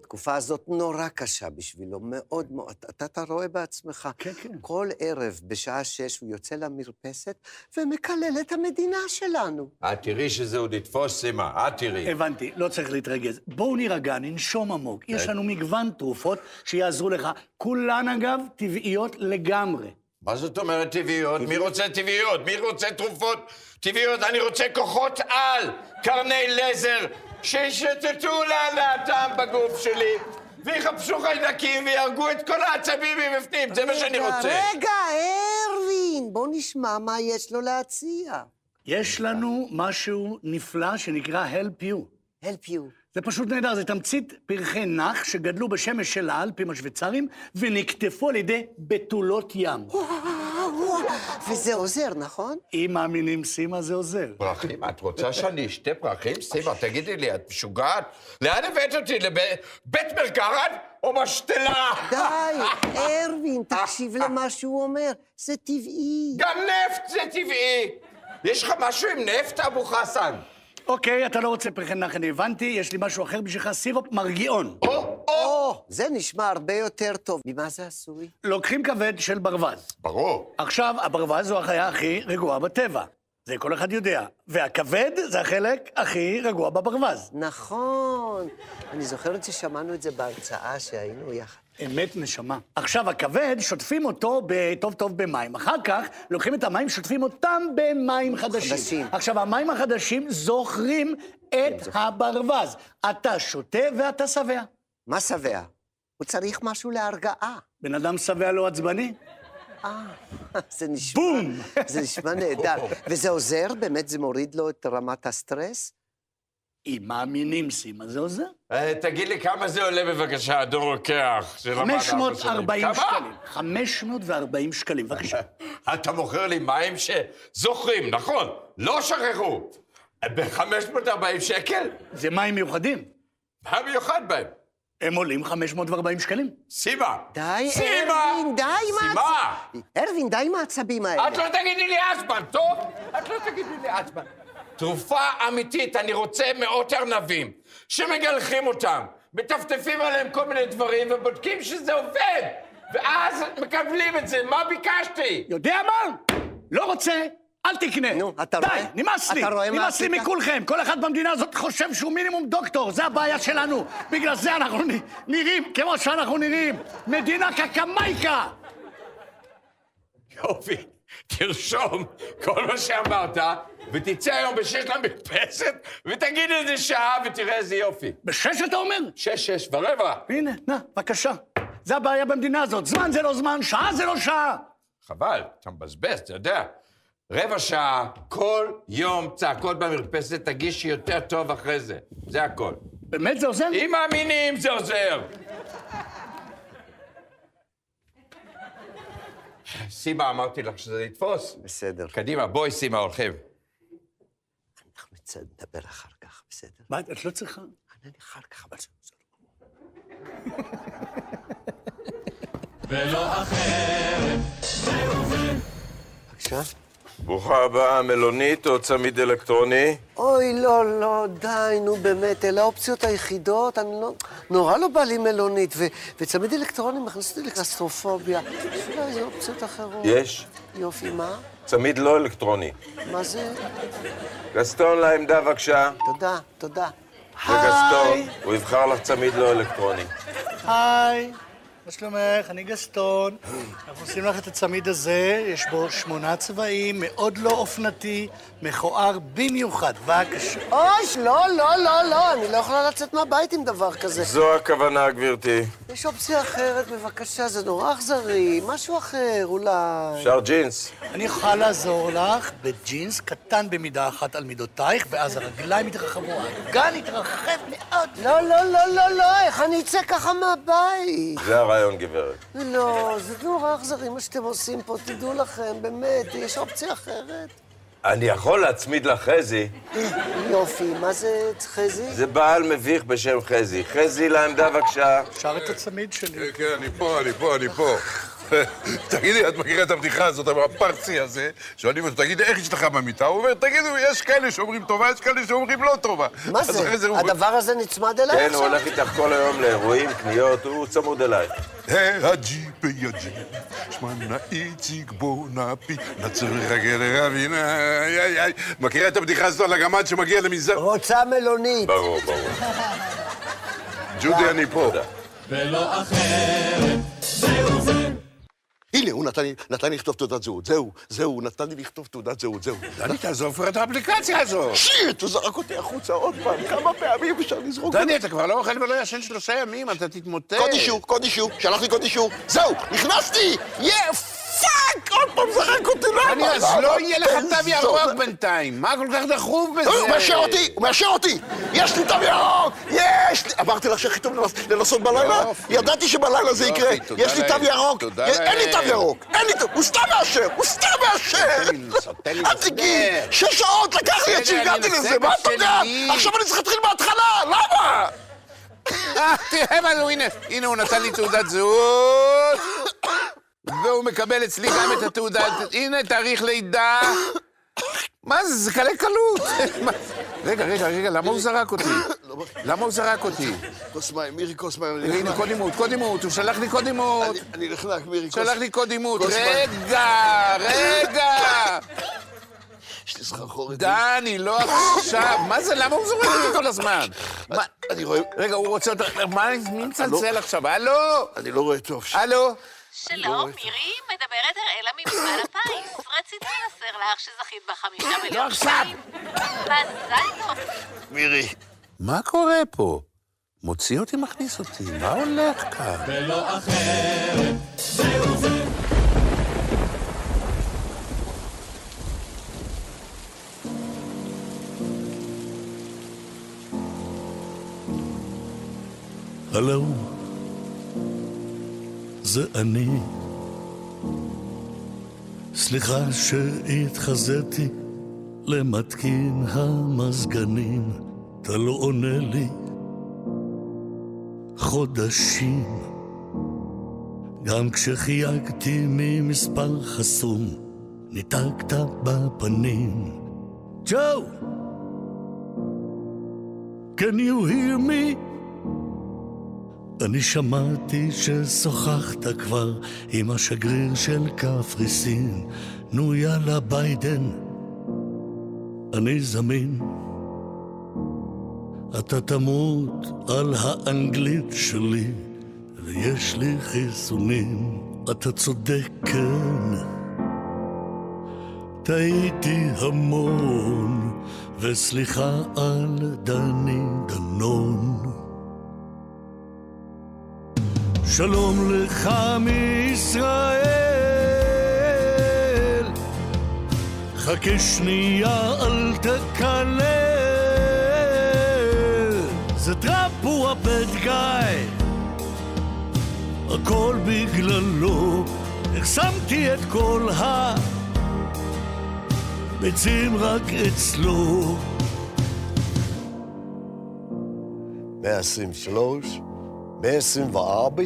התקופה הזאת נורא קשה בשבילו, מאוד מאוד. אתה, אתה רואה בעצמך. כן, כן. כל ערב בשעה שש הוא יוצא למרפסת ומקלל את המדינה שלנו. את תראי שזה עוד יתפוס, סימה, את תראי. הבנתי, לא צריך להתרגז. בואו נירגע, ננשום עמוק. יש לנו מגוון תרופות שיעזרו לך. כולן, אגב, טבעיות לגמרי. מה זאת אומרת טבעיות? מי רוצה טבעיות? מי רוצה תרופות טבעיות? אני רוצה כוחות על, קרני לייזר, שישתתו להנאתם בגוף שלי, ויחפשו חיידקים ויהרגו את כל העצבים מבפנים, זה מה שאני רגע, רוצה. רגע, הרווין, בוא נשמע מה יש לו להציע. יש לנו משהו נפלא שנקרא Help You. Help You. זה פשוט נהדר, זה תמצית פרחי נח שגדלו בשמש של האלפים השוויצרים ונקטפו על ידי בתולות ים. וזה עוזר, נכון? אם מאמינים סימה, זה עוזר. פרחים? את רוצה שאני אשתה פרחים? סימה, תגידי לי, את משוגעת? לאן הבאת אותי? לבית מרקחת או משתלה? די, ארווין, תקשיב למה שהוא אומר, זה טבעי. גם נפט זה טבעי. יש לך משהו עם נפט, אבו חסן? אוקיי, אתה לא רוצה פרחי נח, אני הבנתי, יש לי משהו אחר בשבילך, סירופ מרגיעון. או, זה נשמע הרבה יותר טוב. ממה זה עשוי? לוקחים כבד של ברווז. ברור. עכשיו, הברווז הוא החיה הכי רגועה בטבע. זה כל אחד יודע. והכבד זה החלק הכי רגוע בברווז. נכון. אני זוכרת ששמענו את זה בהרצאה שהיינו יחד. אמת נשמה. עכשיו, הכבד, שוטפים אותו ב- טוב טוב במים. אחר כך, לוקחים את המים, שוטפים אותם במים חדשים. חדשים. עכשיו, המים החדשים זוכרים את הברווז. אתה שותה ואתה שבע. מה שבע? הוא צריך משהו להרגעה. בן אדם שבע לא עצבני? אה, זה נשמע... בום! זה נשמע נהדר. וזה עוזר? באמת זה מוריד לו את רמת הסטרס? אם מאמינים, סימה, זה עוזר. אה, תגיד לי, כמה זה עולה בבקשה, אדון רוקח? זה למד ארבע שנים. 540 כמה? שקלים. 540 שקלים, בבקשה. אתה מוכר לי מים שזוכרים, נכון, לא שכחו. ב-540 שקל? זה מים מיוחדים. מה מיוחד בהם? הם עולים 540 שקלים. סימה! די, סימה! ארווין, די, מה... סימה! ארווין, די עם העצבים האלה. את לא תגידי לי עצבן, טוב? את לא תגידי לי עצבן. תרופה אמיתית, אני רוצה מאות ארנבים שמגלחים אותם, מטפטפים עליהם כל מיני דברים ובודקים שזה עובד, ואז מקבלים את זה, מה ביקשתי? יודע מה? לא רוצה, אל תקנה. נו, אתה די, רואה? די, נמאס לי. אתה רואה מה נמאס לי עשית? מכולכם. כל אחד במדינה הזאת חושב שהוא מינימום דוקטור, זה הבעיה שלנו. בגלל זה אנחנו נ- נראים כמו שאנחנו נראים. מדינה קקמייקה. יופי, תרשום כל מה שאמרת, ותצא היום בשש למרפסת, ותגיד איזה שעה, ותראה איזה יופי. בשש אתה אומר? שש, שש ורבע. הנה, נא, בבקשה. זה הבעיה במדינה הזאת. זמן זה לא זמן, שעה זה לא שעה. חבל, אתה מבזבז, אתה יודע. רבע שעה, כל יום צעקות במרפסת, תגישי יותר טוב אחרי זה. זה הכל. באמת זה עוזר? אם מאמינים, זה עוזר. סימה, אמרתי לך שזה יתפוס. בסדר. קדימה, בואי, סימה, הולכים. אנחנו נדבר אחר כך, בסדר? מה, את לא צריכה? ענה לי אחר כך, אבל זה עוזר. ולא אחרת, זהו זה. בבקשה. ברוכה הבאה, מלונית או צמיד אלקטרוני? אוי, לא, לא, די, נו באמת, אלה האופציות היחידות, אני לא... נורא לא בא לי מלונית, ו... וצמיד אלקטרוני מכניס אותי לקלסטרופוביה. יש אולי איזה אופציות אחרות. יש. יופי, מה? צמיד לא אלקטרוני. מה זה? גסטון לעמדה, בבקשה. תודה, תודה. וגסטון, הוא יבחר לך צמיד לא אלקטרוני. היי, מה שלומך? אני גסטון. אנחנו עושים לך את הצמיד הזה, יש בו שמונה צבעים, מאוד לא אופנתי, מכוער במיוחד. בבקשה. אוי, לא, לא, לא, לא, אני לא יכולה לצאת מהבית עם דבר כזה. זו הכוונה, גברתי. יש אופציה אחרת, בבקשה, זה נורא אכזרי, משהו אחר, אולי. אפשר ג'ינס. אני אוכל לעזור לך בג'ינס קטן במידה אחת על מידותייך, ואז הרגליים יתרחבו, האגן יתרחב מאוד. לא, לא, לא, לא, לא, איך אני אצא ככה מהבית? זה הרעיון, גברת. לא, זה נורא אכזרי מה שאתם עושים פה, תדעו לכם, באמת, יש אופציה אחרת. אני יכול להצמיד לך חזי. יופי, מה זה חזי? זה בעל מביך בשם חזי. חזי לעמדה, בבקשה. שר את הצמיד כן, שלי. כן, אני פה, אני פה, אני פה. תגידי, את מכירה את הבדיחה הזאת, אבל הפרסי הזה, שואלים אותו, תגיד, איך אשתך במיטה? הוא אומר, תגידו, יש כאלה שאומרים טובה, יש כאלה שאומרים לא טובה. מה אז זה? אחרי הוא- הדבר הזה נצמד אליי כן, הוא עכשיו? הולך איתך כל היום לאירועים, קניות, הוא צמוד אליי. הג'יפ יג'יפ, שמנה איציק בונאפי, נצריך הגדר אבינה, איי איי איי. מכירה את הבדיחה הזאת על הגמד שמגיע למנזר? רוצה מלונית. ברור, ברור. ג'ודי, אני פה. ולא אחרת, זהו זה. הנה, הוא נתן לי, נתן לי לכתוב תעודת זהות, זהו, זהו, הוא נתן לי לכתוב תעודת זהות, זהו. דני, תעזוב כבר את האפליקציה הזאת. שיט, הוא זרק אותי החוצה עוד פעם, כמה פעמים אפשר לזרוק דני, אתה כבר לא אוכל ולא ישן שלושה ימים, אתה תתמוטט. קוד אישור, קוד אישור, שלח לי קוד אישור, זהו, נכנסתי! יא פאק! עוד פעם זרק אותי אני, למה? אז לא יהיה לך תו ירוק בינתיים. מה כל כך דחוף בזה? אה, הוא מאשר אותי, הוא מאשר אותי! יש לי תו ירוק! יש לי! אמרתי לך שהכי טוב לנס- לנסות בלילה? יופי. ידעתי שבלילה זה יופי, יקרה. תודה יש לי תו לאל. ירוק! תודה יש- אין לי לאל. תו ירוק! אין לי תו... הוא סתם מאשר! הוא סתם מאשר! אל תגיד! שש שעות לקח לי עד בסדר, שהגעתי אני לזה, מנסה מה אתה יודע? בשני. עכשיו אני צריך להתחיל מההתחלה, למה? אה, תראה מה הוא, הנה, הנה הוא נתן לי תעודת זהות, והוא מקבל אצלי גם את התעודת, הנה תאריך לידה. מה זה, זה קלי קלות. מה- רגע, רגע, רגע, למה הוא זרק אותי? למה הוא זרק אותי? כוס מים, מירי כוס מים. אני הנה, נחנק. קוד אימות, קוד אימות, הוא שלח לי קוד אימות. אני- אני נחנק, מירי. כוס- שלח לי קוד אימות. כוס מים. רגע, רגע. יש לי סחרחורת. דני, לא עכשיו. מה זה, למה הוא זורק אותי כל הזמן? מה- רגע, הוא רוצה אותה... מה, מי מצלצל עכשיו? הלו? אני לא רואה טוב. לא הלו? לא, שלום, מירי, מדברת הראלה ממפעל הפיס. רציתי לבשר לך שזכית בחמישה מיליון. לא עכשיו. מזל טוב. מירי. מה קורה פה? מוציא אותי, מכניס אותי, מה הולך אה, כאן? ולא אחרת, זהו זה. הלו, זה אני. סליחה שהתחזיתי למתקין המזגנים, אתה לא עונה לי חודשים. גם כשחייגתי ממספר חסום, ניתקת בפנים. ג'ו! Can you hear me? אני שמעתי ששוחחת כבר עם השגריר של קפריסין. נו יאללה ביידן, אני זמין. אתה תמות על האנגלית שלי, ויש לי חיסונים. אתה צודק, כן. טעיתי המון, וסליחה על דני דנון. שלום לך מישראל. חכה שנייה, אל תקלל. זה טראמפ הוא הבד גאי. הכל בגללו, החסמתי את כל הביצים רק אצלו. 123, 124,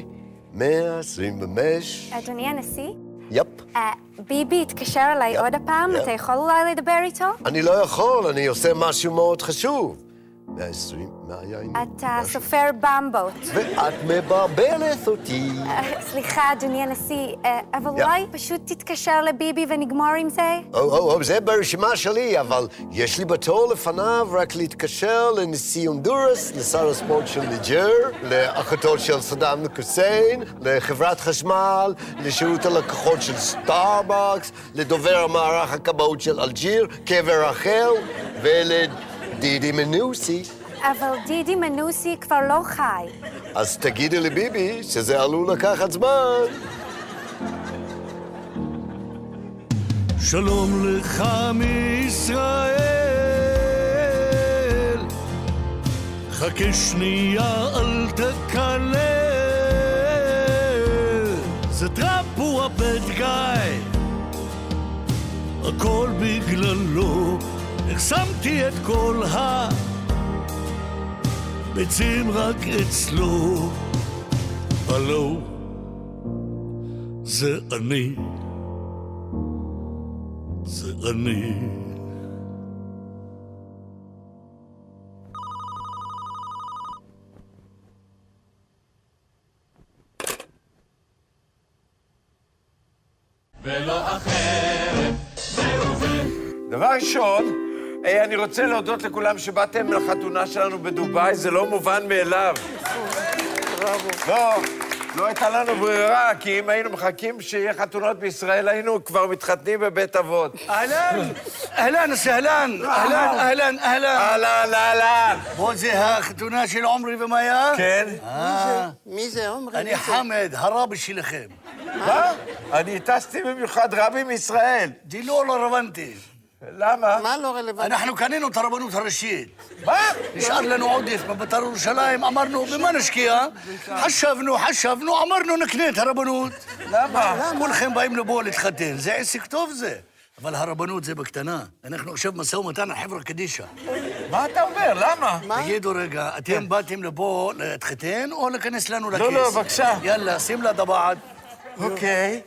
125. אדוני הנשיא, יפ. אה, ביבי התקשר אליי עוד הפעם, יא. אתה יכול אולי לדבר איתו? אני לא יכול, אני עושה משהו מאוד חשוב. 120, מה היה עם... אתה סופר במבות. ואת מבלבלת אותי. אה, סליחה, אדוני הנשיא, אה, אבל יא. אולי פשוט תתקשר לביבי ונגמור עם זה? או, או, או, זה ברשימה שלי, אבל יש לי בתור לפניו רק להתקשר לנשיא הונדורס, לשר הספורט של ניג'ר, לאחותו של סדאם חוסיין, לחברת חשמל, לשירות הלקוחות של סטארבקס, לדובר המערך הכבאות של אלג'יר, קבר רחל, ולדידי מנוסי. אבל דידי מנוסי כבר לא חי. אז תגידי לביבי שזה עלול לקחת זמן. שלום לך מישראל. חכה שנייה, אל תקלל. זה טראמפ הוא הבד גאי. הכל בגללו, החסמתי את כל הביצים רק אצלו. הלו, זה אני. זה אני. ולא אחרת, זהו זה. דבר ראשון, אה, אני רוצה להודות לכולם שבאתם לחתונה שלנו בדובאי, זה לא מובן מאליו. בראבו. לא, לא הייתה לנו ברירה, כי אם היינו מחכים שיהיה חתונות בישראל, היינו כבר מתחתנים בבית אבות. אהלן, אהלן, סהלן, אהלן, אהלן, אהלן. אהלן, אהלן. פה זה החתונה של עומרי ומאיה? כן. אה, מי זה עומרי? אני אה? חמד, הרבי שלכם. מה? אני טסתי במיוחד רבי מישראל. דילו לא רלוונטי. למה? מה לא רלוונטי? אנחנו קנינו את הרבנות הראשית. מה? נשאר לנו עודף בביתר ירושלים, אמרנו, במה נשקיע? חשבנו, חשבנו, אמרנו, נקנה את הרבנות. למה? כולכם באים לפה להתחתן, זה עסק טוב זה. אבל הרבנות זה בקטנה. אנחנו עכשיו משא ומתן על חברה קדישא. מה אתה אומר? למה? כן. תגידו רגע, אתם באתם לפה להתחתן או להיכנס לנו לכיס? לא, לא, בבקשה. יאללה, שים לה טבעת. אוקיי.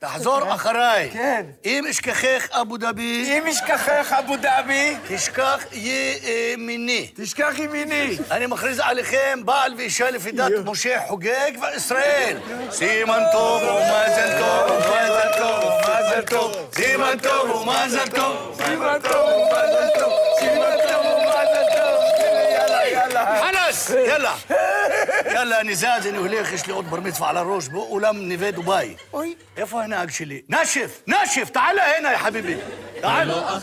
תחזור אחריי. כן. אם אשכחך אבו דאבי... אם אשכחך אבו דאבי... תשכח ימיני. תשכח ימיני. אני מכריז עליכם בעל ואישה לפי דת משה חוגג וישראל. סימן טוב ומזל טוב ומזל טוב ומזל טוב. סימן טוב ומזל טוב. סימן טוב ומזל טוב. סימן טוב ומזל טוב. יאללה, יאללה. חלאס, יאללה. יאללה, אני זז, אני הולך, יש לי עוד בר מצווה על הראש באולם נווה דובאי. אוי. איפה הנהג שלי? נשף, נשף, תעלה הנה, יא חביבי. תעלה.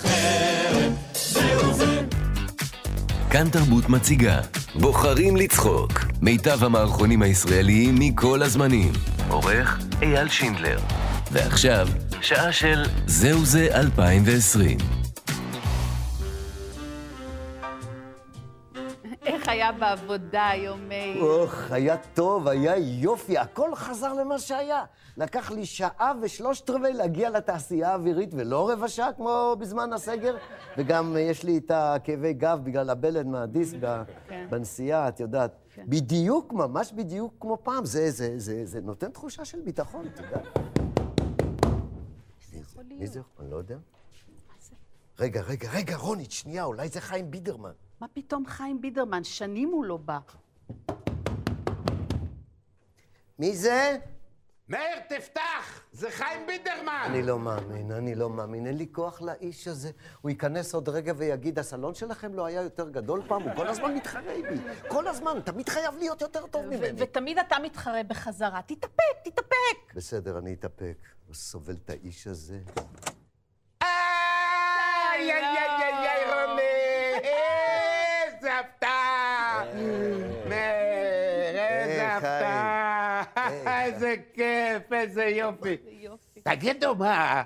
כאן תרבות מציגה בוחרים לצחוק מיטב המערכונים הישראליים מכל הזמנים עורך אייל שינדלר ועכשיו שעה של זהו זה 2020 איך היה בעבודה אה? היום, מאיר? אוח, היה טוב, היה יופי, הכל חזר למה שהיה. לקח לי שעה ושלושת רבעי להגיע לתעשייה האווירית, ולא רבע שעה כמו בזמן הסגר. וגם אה, יש לי את הכאבי גב בגלל הבלד מהדיסק ב- כן. בנסיעה, את יודעת. בדיוק, ממש בדיוק כמו פעם. זה, זה, זה, זה נותן תחושה של ביטחון, את יודעת. מי זה? אני לא יודע. רגע, רגע, רגע, רונית, שנייה, אולי זה חיים בידרמן. מה פתאום חיים בידרמן? שנים הוא לא בא. מי זה? מאיר, תפתח! זה חיים בידרמן! אני לא מאמין, אני לא מאמין. אין לי כוח לאיש הזה. הוא ייכנס עוד רגע ויגיד, הסלון שלכם לא היה יותר גדול פעם? הוא כל הזמן מתחרה בי. כל הזמן, תמיד חייב להיות יותר טוב ממני. ותמיד אתה מתחרה בחזרה. תתאפק, תתאפק. בסדר, אני אתאפק. הוא סובל את האיש הזה. איי, איי, איי, איי, איי, רונית! איזה הפתעה! אה, מאיר, איזה הפתעה! אה, איזה כיף, איזה יופי. תגידו, מה,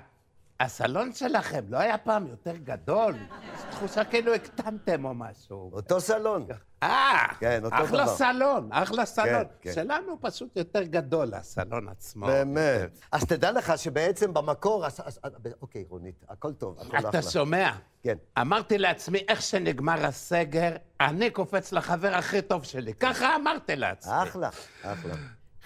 הסלון שלכם לא היה פעם יותר גדול? זו תחושה כאילו הקטנתם או משהו. אותו סלון. אה, כן, אותו אחלה דבר. סלון, אחלה סלון. כן. שלנו פשוט יותר גדול, הסלון עצמו. באמת. אז תדע לך שבעצם במקור... הס- הס- אוקיי, רונית, הכל טוב, הכל אחלה. אתה שומע? כן. אמרתי לעצמי, איך שנגמר הסגר, אני קופץ לחבר הכי טוב שלי. ככה אמרתי לעצמי. אחלה, אחלה.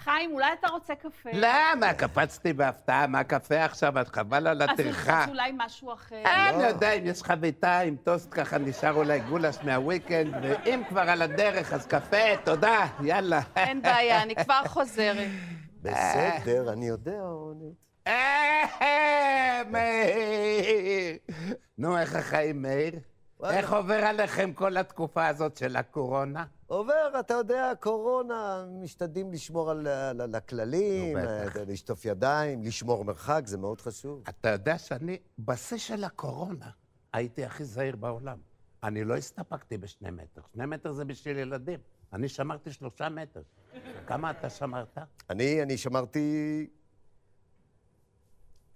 חיים, אולי אתה רוצה קפה? לא, למה? קפצתי בהפתעה מהקפה עכשיו, את חבל על הטרחה. אז אולי משהו אחר. אה, לא. לא. אני יודע, אם יש חביתה עם טוסט ככה, נשאר אולי גולש מהוויקנד, ואם כבר על הדרך, אז קפה, תודה, יאללה. אין בעיה, אני כבר חוזרת. בסדר, אני יודע, רונית. אה, מאיר. נו, איך החיים, מאיר? איך עובר עליכם כל התקופה הזאת של הקורונה? עובר, אתה יודע, קורונה, משתדלים לשמור על, על, על הכללים, נו, אה, לשטוף ידיים, לשמור מרחק, זה מאוד חשוב. אתה יודע שאני, בשיא של הקורונה, הייתי הכי זהיר בעולם. אני לא הסתפקתי בשני מטר. שני מטר זה בשביל ילדים. אני שמרתי שלושה מטר. כמה אתה שמרת? אני, אני שמרתי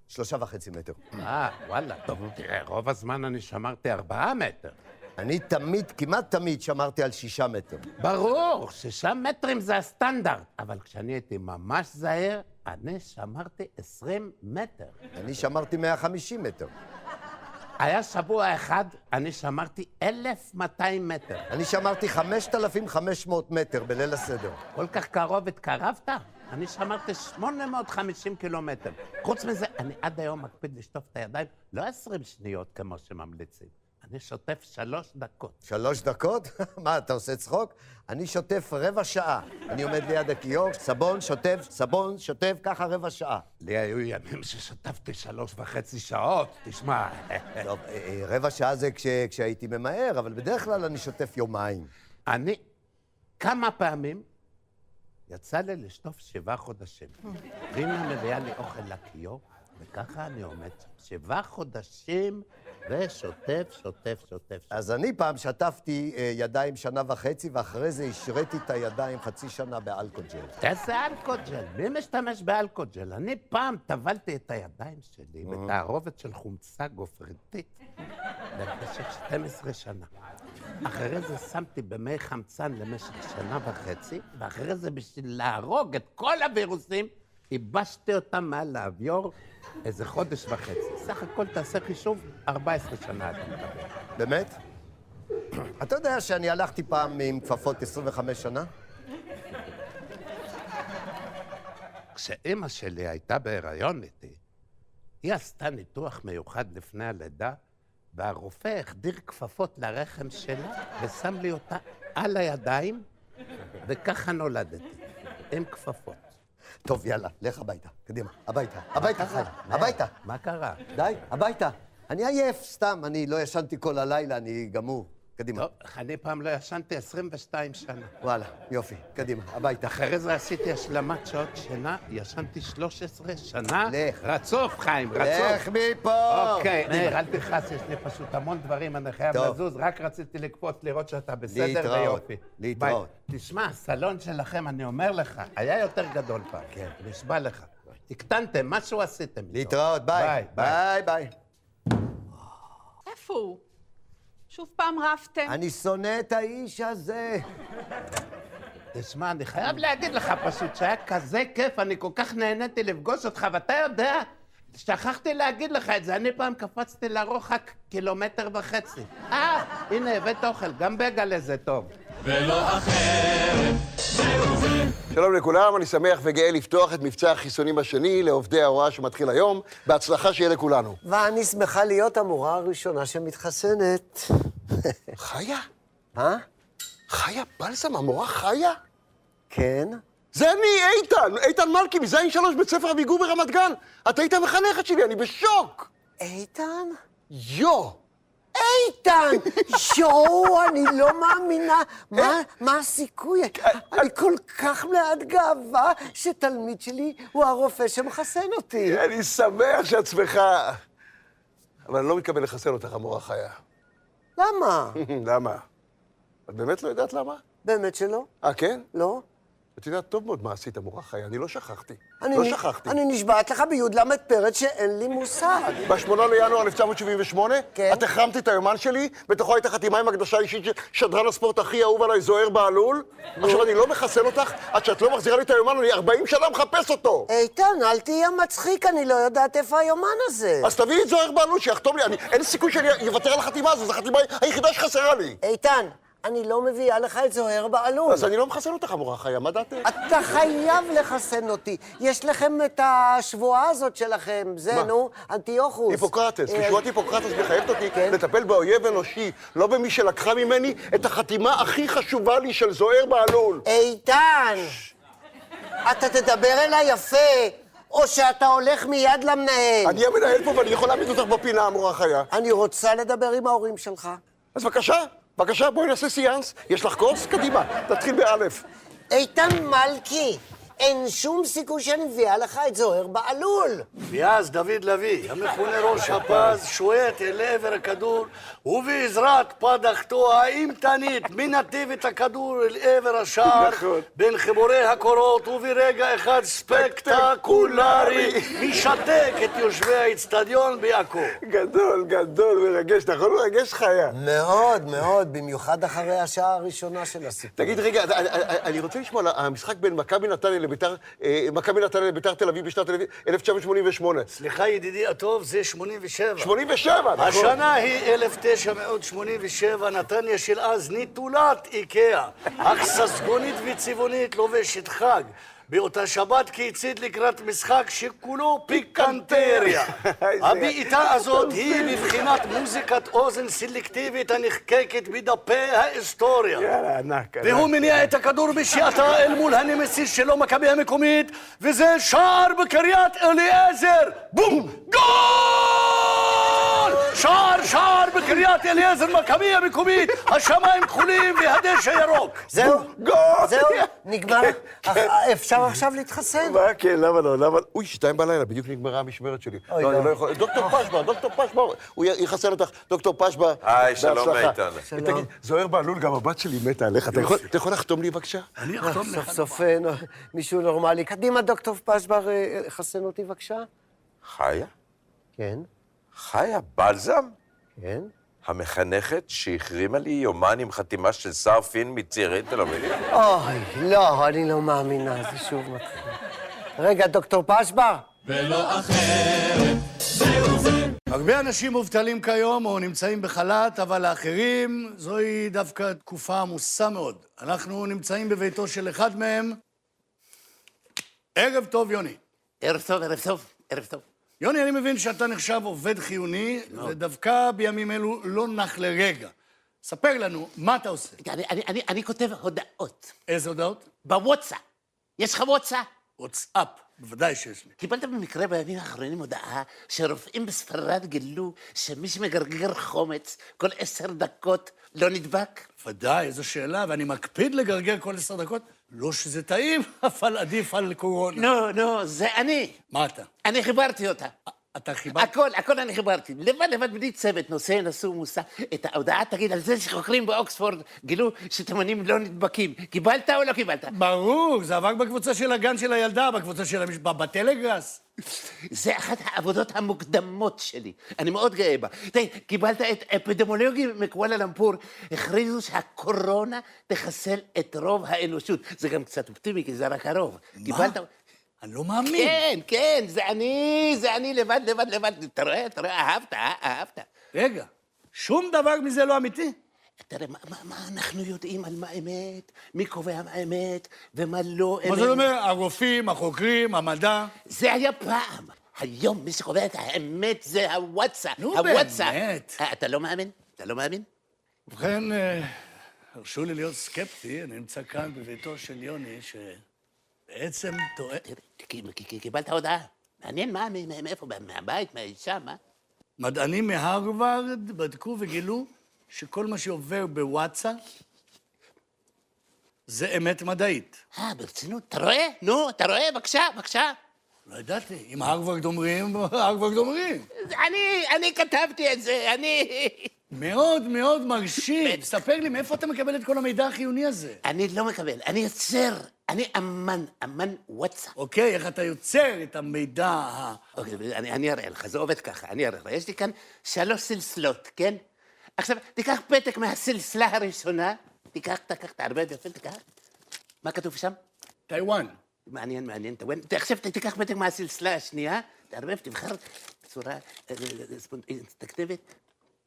שלושה וחצי מטר. אה, וואלה, טוב, תראה, רוב הזמן אני שמרתי ארבעה מטר. אוקיי. אני תמיד, כמעט תמיד, שמרתי על שישה מטר. ברור, שישה מטרים זה הסטנדרט. אבל כשאני הייתי ממש זהיר, אני שמרתי 20 מטר. אני שמרתי 150 מטר. היה שבוע אחד, אני שמרתי 1,200 מטר. אני שמרתי 5,500 מטר בליל הסדר. כל כך קרוב התקרבת? אני שמרתי 850 קילומטר. חוץ מזה, אני עד היום מקפיד לשטוף את הידיים, לא 20 שניות כמו שממליצים. אני שוטף שלוש דקות. שלוש דקות? מה, אתה עושה צחוק? אני שוטף רבע שעה. אני עומד ליד הכיור, סבון, שוטף, סבון, שוטף, ככה רבע שעה. לי היו ימים ששוטפתי שלוש וחצי שעות, תשמע. טוב, אה, אה, רבע שעה זה כש, כשהייתי ממהר, אבל בדרך כלל אני שוטף יומיים. אני כמה פעמים יצא לי לשטוף שבעה חודשים. רינה מביאה לי אוכל לקיו, וככה אני עומד שם שבעה חודשים ושוטף, שוטף, שוטף. אז אני פעם שטפתי אה, ידיים שנה וחצי, ואחרי זה השריתי את הידיים חצי שנה באלכוג'ל. תעשה אלכוג'ל, מי משתמש באלכוג'ל? אני פעם טבלתי את הידיים שלי בתערובת של חומצה גופרתית במשך 12 שנה. אחרי זה שמתי במי חמצן למשך שנה וחצי, ואחרי זה בשביל להרוג את כל הווירוסים, ייבשתי אותם מעל לאביור איזה חודש וחצי. סך הכל תעשה חישוב, 14 שנה אתה מדבר. באמת? אתה יודע שאני הלכתי פעם עם כפפות 25 שנה? כשאימא שלי הייתה בהיריון איתי, היא עשתה ניתוח מיוחד לפני הלידה, והרופא החדיר כפפות לרחם שלה ושם לי אותה על הידיים, וככה נולדתי, עם כפפות. טוב, יאללה, לך הביתה, קדימה, הביתה, הביתה, חי, הביתה. מה קרה? די, הביתה. אני עייף, סתם, אני לא ישנתי כל הלילה, אני גמור. קדימה. טוב, אני פעם לא ישנתי 22 שנה. וואלה, יופי, קדימה, הביתה. אחרי זה עשיתי השלמת שעות שינה, ישנתי 13 שנה. לך. רצוף, חיים, רצוף. לך מפה. אוקיי, קדימה. מאיר, אל תכעס, יש לי פשוט המון דברים, אני חייב טוב. לזוז, רק רציתי לקפוץ, לראות שאתה בסדר להתראות, ויופי. להתראות. ביי. תשמע, הסלון שלכם, אני אומר לך, היה יותר גדול פעם. כן. נשבע לך. הקטנתם, משהו עשיתם. איתו. להתראות, ביי. ביי, ביי. איפה הוא? שוב פעם רבתם? אני שונא את האיש הזה. אה, תשמע, אני חייב להגיד לך פשוט שהיה כזה כיף, אני כל כך נהניתי לפגוש אותך, ואתה יודע, שכחתי להגיד לך את זה, אני פעם קפצתי לרוחק קילומטר וחצי. אה, הנה, הבאת אוכל, גם בגלה זה טוב. ולא אחרת, זהו זה. שלום לכולם, אני שמח וגאה לפתוח את מבצע החיסונים השני לעובדי ההוראה שמתחיל היום. בהצלחה שיהיה לכולנו. ואני שמחה להיות המורה הראשונה שמתחסנת. חיה? אה? חיה בלסם, המורה חיה? כן? זה אני, איתן! איתן מלכי, מזין שלוש, בית ספר אביגור ברמת גן! את היית המחנכת שלי, אני בשוק! איתן? יו! איתן! שואו, אני לא מאמינה. מה, מה הסיכוי? אני כל כך מלאת גאווה שתלמיד שלי הוא הרופא שמחסן אותי. אני שמח שאת שמחה. אבל אני לא מתכוון לחסן אותך, המורה חיה. למה? למה? את באמת לא יודעת למה? באמת שלא? אה, כן? לא. את יודעת טוב מאוד מה עשית, מורה חיה, אני לא שכחתי. אני לא נ- שכחתי. אני נשבעת לך בי"ל פרץ שאין לי מושג. ב-8 לינואר 1978, כן? את החרמת את היומן שלי, בתוכו הייתה חתימה עם הקדשה אישית של שדרן הספורט הכי אהוב עליי, זוהיר בהלול. עכשיו, אני לא מחסן אותך עד שאת לא מחזירה לי את היומן, אני 40 שנה מחפש אותו! איתן, אל תהיה מצחיק, אני לא יודעת איפה היומן הזה. אז תביאי את זוהיר בהלול, שיחתום לי, אני, אין סיכוי שאני אוותר על החתימה הזו, זו החתימה היחידה שחסרה לי! איתן, אני לא מביאה לך את זוהיר בהלול. אז אני לא מחסן אותך, המורה חיה, מה דעתך? אתה חייב לחסן אותי. יש לכם את השבועה הזאת שלכם, זה, מה? נו, אנטיוכוס. היפוקרטס, אה, כן. משורת היפוקרטס מחייבת אותי לטפל באויב אנושי, לא במי שלקחה ממני את החתימה הכי חשובה לי של זוהיר בהלול. איתן, אתה תדבר אליי יפה, אה, או שאתה הולך מיד למנהל. אני אמ- המנהל פה ואני יכול להעמיד אותך בפינה, המורה חיה. אני רוצה לדבר עם ההורים שלך. אז בבקשה, בבקשה, בואי נעשה סיאנס. יש לך כוס? קדימה, תתחיל באלף. איתן מלכי, אין שום סיכוי שאני מביאה לך את זוהיר בהלול. ואז דוד לביא, המכונה ראש הפז, שועט אל עבר הכדור, ובעזרת פדחתו האימתנית מנתיב את הכדור אל עבר השער, נכון. בין חיבורי הקורות, וברגע אחד ספקטקולרי, משתק את יושבי האצטדיון ביעקב. גדול, גדול, מרגש, נכון? מרגש חיה. מאוד, מאוד, במיוחד אחרי השעה הראשונה של הסיפור. תגיד, רגע, אני- אני- אה, אני רוצה לשמוע על המשחק בין מכבי נתניה לביתר, אה, מכבי נתניה לביתר תל אביב בשנת 1988. סליחה, ידידי הטוב, זה 87. 87, נכון. השנה היא 1987, נתניה של אז נטולת איקאה, אך ססגונית וצבעונית לובשת חג. באותה שבת כיצד לקראת משחק שכולו פיקנטריה. הבעיטה הזאת היא בבחינת מוזיקת אוזן סלקטיבית הנחקקת בדפי ההיסטוריה. יאללה, ענק, ענק. והוא מניע את הכדור בשעתה אל מול הנמסיס שלו, מכבי המקומית, וזה שער בקריית אליעזר! בום! גול! שער, שער בקריית אליעזר, מכבי המקומית, השמיים כחולים והדשא ירוק. זהו? גול! זהו? נגמר, כן. אה, אפשר עכשיו להתחסן? מה, כן, למה לא? למה... אוי, שתיים בלילה, בדיוק נגמרה המשמרת שלי. אוי, לא, אני לא. לא יכול... דוקטור פשבה, דוקטור פשבה, הוא י- יחסן אותך. דוקטור פשבה, היי, שלום בהצלחה. איתן. תגיד, זוהיר בהלול, גם הבת שלי מתה עליך. אתה יכול- אתה יכול לחתום לי בבקשה? אני אחתום לך. סוף סוף אה, נו, מישהו נורמלי. קדימה, דוקטור פשבר, אה, אה, חסן אותי בבקשה. חיה? כן. חיה בלזם? כן. המחנכת שהחרימה לי יומן עם חתימה של שר פין מצעירי תל אביב? אוי, לא, אני לא מאמינה, זה שוב מתחיל. רגע, דוקטור פשבר? ולא אחרת, זהו זה. הרבה אנשים מובטלים כיום או נמצאים בחל"ת, אבל לאחרים זוהי דווקא תקופה עמוסה מאוד. אנחנו נמצאים בביתו של אחד מהם. ערב טוב, יוני. ערב טוב, ערב טוב, ערב טוב. יוני, אני מבין שאתה נחשב עובד חיוני, ודווקא בימים אלו לא נח לרגע. ספר לנו, מה אתה עושה? אני, אני, אני, אני כותב הודעות. איזה הודעות? בוואטסאפ. יש לך וואטסאפ? וואטסאפ, בוודאי שיש לי. קיבלת במקרה בימים האחרונים הודעה שרופאים בספרד גילו שמי שמגרגר חומץ כל עשר דקות לא נדבק? ודאי, איזו שאלה, ואני מקפיד לגרגר כל עשר דקות. לא שזה טעים, אבל עדיף על קורונה. לא, לא, זה אני. מה אתה? אני חיברתי אותה. אתה חיברת? הכל, הכל אני חיברתי. לבד לבד בלי צוות, נושא, נשוא, מושא. את ההודעה תגיד על זה שחוקרים באוקספורד גילו שתימנים לא נדבקים. קיבלת או לא קיבלת? ברור, זה עבר בקבוצה של הגן של הילדה, בקבוצה של המשפחה, בטלגראס. זה אחת העבודות המוקדמות שלי, אני מאוד גאה בה. תראה, קיבלת את אפידמולוגים מקוואלה למפור, הכריזו שהקורונה תחסל את רוב האנושות. זה גם קצת אופטימי, כי זה רק הרוב. מה? קיבלת... אני לא מאמין. כן, כן, זה אני, זה אני לבד, לבד, לבד. תראה, תראה, אהבת, אה, אהבת. רגע, שום דבר מזה לא אמיתי. תראה, מה, מה, מה אנחנו יודעים על מה אמת, מי קובע מה אמת ומה לא אמת? מה זאת אומרת? הרופאים, החוקרים, המדע. זה היה פעם. היום מי שקובע את האמת זה הוואטסאפ. נו, הוואטסאפ. באמת. אה, אתה לא מאמין? אתה לא מאמין? ובכן, אה, הרשו לי להיות סקפטי, אני נמצא כאן בביתו של יוני, שבעצם טועה... קיבלת הודעה. מעניין מה, מ- מ- מאיפה, מה- מהבית, מהאישה, מה? מדענים מהרווארד בדקו וגילו שכל מה שעובר בוואטסאפ זה אמת מדעית. אה, ברצינות? אתה רואה? נו, אתה רואה? בבקשה, בבקשה. לא ידעתי, אם הרווארד אומרים, הרווארד אומרים. אני, אני כתבתי את זה, אני... מאוד מאוד מרשים. ספר לי, מאיפה אתה מקבל את כל המידע החיוני הזה? אני לא מקבל, אני יוצר. אני אמן, אמן וואטסאפ. אוקיי, איך אתה יוצר את המידע ה... אוקיי, אני, אני אראה לך, זה עובד ככה, אני אראה לך. יש לי כאן שלוש סלסלות, כן? עכשיו, תיקח פתק מהסלסלה הראשונה, תיקח, תיקח, תערבב את זה, תיקח. מה כתוב שם? טיוואן. מעניין, מעניין, טיוואן. ת- עכשיו ת- תיקח פתק מהסלסלה השנייה, תערבב, תבחר בצורה אה, אה, ספונ- אינסטנקטיבית.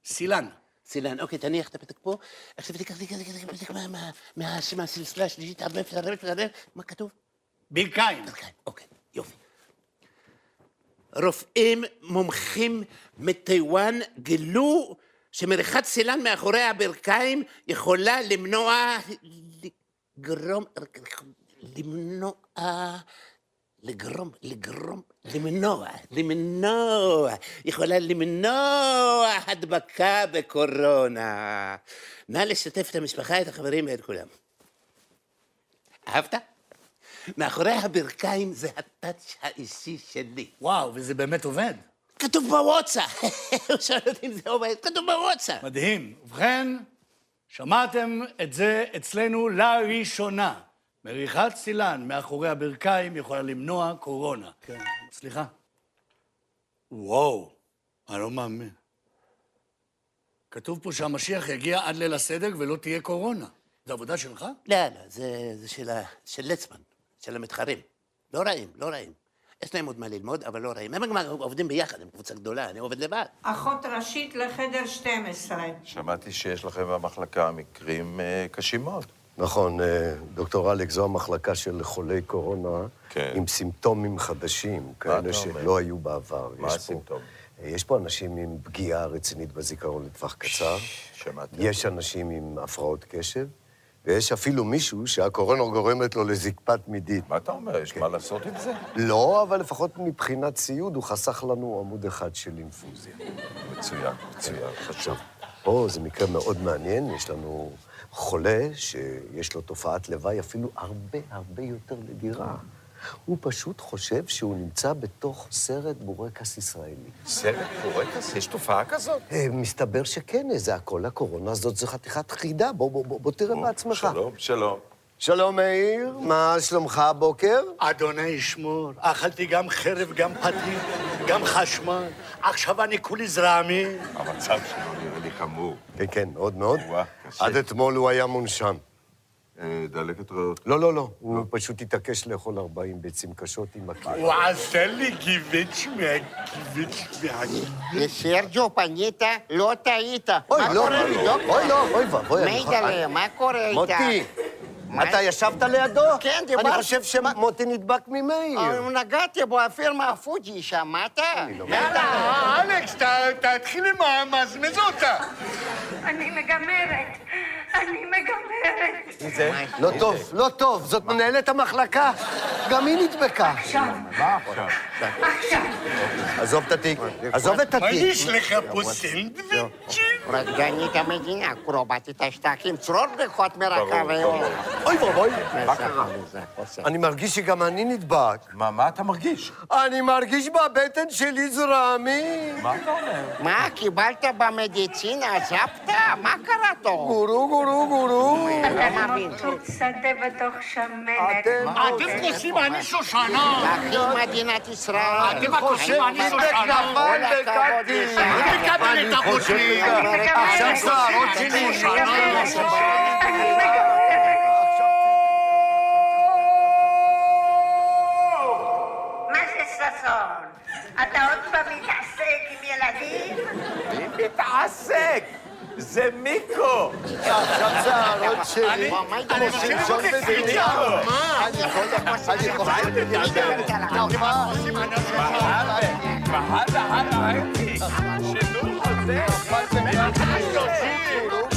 סילן. סילן, אוקיי, תניח את הפתק פה. עכשיו תיקח, תיקח, תיקח, תיקח פתק מה- מה- מה- מהסלסלה השלישית, תערבב, תערבב, תערבב. מה כתוב? ברכיים. ברכיים, אוקיי, יופי. רופאים מומחים מטיוואן גילו שמריחת סילן מאחורי הברכיים יכולה למנוע... לגרום... למנוע... לגרום, לגרום, למנוע, למנוע, יכולה למנוע הדבקה בקורונה. נא לשתף את המשפחה, את החברים ואת כולם. אהבת? מאחורי הברכיים זה הטאץ' האישי שלי. וואו, וזה באמת עובד. כתוב בוואטסאפ. הוא שואל אותי אם זה עובד, כתוב בוואטסאפ. מדהים. ובכן, שמעתם את זה אצלנו לראשונה. מריחת סילן מאחורי הברכיים יכולה למנוע קורונה. כן, סליחה. וואו, אני לא מאמין. כתוב פה שהמשיח יגיע עד ליל הסדר ולא תהיה קורונה. זו עבודה שלך? לא, לא, זה, זה של, ה- של ליצמן, של המתחרים. לא רעים, לא רעים. יש להם עוד מה ללמוד, אבל לא רעים. הם גם עובדים ביחד, הם קבוצה גדולה, אני עובד לבד. אחות ראשית לחדר 12. שמעתי שיש לכם במחלקה מקרים אה, קשים מאוד. נכון, אה, דוקטור אלכס, זו המחלקה של חולי קורונה, כן. עם סימפטומים חדשים, אתה כאלה אומר? שלא היו בעבר. מה יש פה- הסימפטומים? אה, יש פה אנשים עם פגיעה רצינית בזיכרון לטווח קצר. שמעתי. יש אנשים עם הפרעות קשב, ויש אפילו מישהו שהקורונה גורמת לו לזקפת מידית. כן. מה אתה אומר? יש מה לעשות עם זה? לא, אבל לפחות מבחינת ציוד, הוא חסך לנו עמוד אחד של אינפוזיה. מצוין, מצוין, חשוב. פה זה מקרה מאוד מעניין, יש לנו חולה שיש לו תופעת לוואי אפילו הרבה הרבה יותר נדירה. הוא פשוט חושב שהוא נמצא בתוך סרט בורקס ישראלי. סרט בורקס? יש תופעה כזאת? אה, מסתבר שכן, אה, זה הכל הקורונה הזאת, זו חתיכת חידה, בוא, בוא, בוא, בוא תראה בעצמך. שלום, שלום. שלום, מאיר. מה שלומך הבוקר? אדוני ישמור, אכלתי גם חרב, גם פטיל, גם חשמל, עכשיו אני כולי זרעמי. המצב שלו נראה לי חמור. כן, כן, מאוד מאוד. עד אתמול הוא היה מונשם. אה, דלקת ריאות. לא, לא, לא. הוא פשוט התעקש לאכול 40 ביצים קשות אה. עם הקיר. הוא עשה לי גיבץ' מהגיבץ' מהגיבץ'. אה, סרג'ו, פנית, לא טעית. אוי, מה לא, קורה אוי, לדוקטור? לא, אוי, לא, אוי ואבוי, אני יכול- מיידלה, אני- מה קורה איתה? מוטי, אתה ישבת לידו? כן, דיברתי. אני חושב שמוטי נדבק ממאיר. אה, נגעתי בו, הפירמה הפוג'י, שמעת? יאללה, אלכס, ת- תתחיל עם המזמזותה. אני מגמרת. אני מגמרת. לא אה, טוב, לא טוב, זאת מנהלת המחלקה. גם היא נדבקה. מה עכשיו? עכשיו. עזוב את התיק, עזוב את התיק. רקדנית המדינה, אקרובטית השטחים, צרור בריחות מרקבים. אוי ואבוי. אני מרגיש שגם אני נדבק. מה, מה אתה מרגיש? אני מרגיש בבטן שלי זרעמי. מה אתה אומר? מה, קיבלת במדיצינה, עזבת? מה קרה טוב? גורו, גורו, גורו. שדה בתוך שמנת. אתם חושבים אני שושנה. אחי מדינת Ah, ישראל. אתם חושבים אני שושנה. כל הכבוד לך. אני מקבל את החוקים. עכשיו שערות שלי שושנה. מה זה ששון? אתה עוד פעם מתעסק עם ילדים? מי מתעסק? זה מיקרו. עכשיו זה הרעיון שלי. אני חושב שזה מיקרו. לא, מה? אני Ah, מה זה?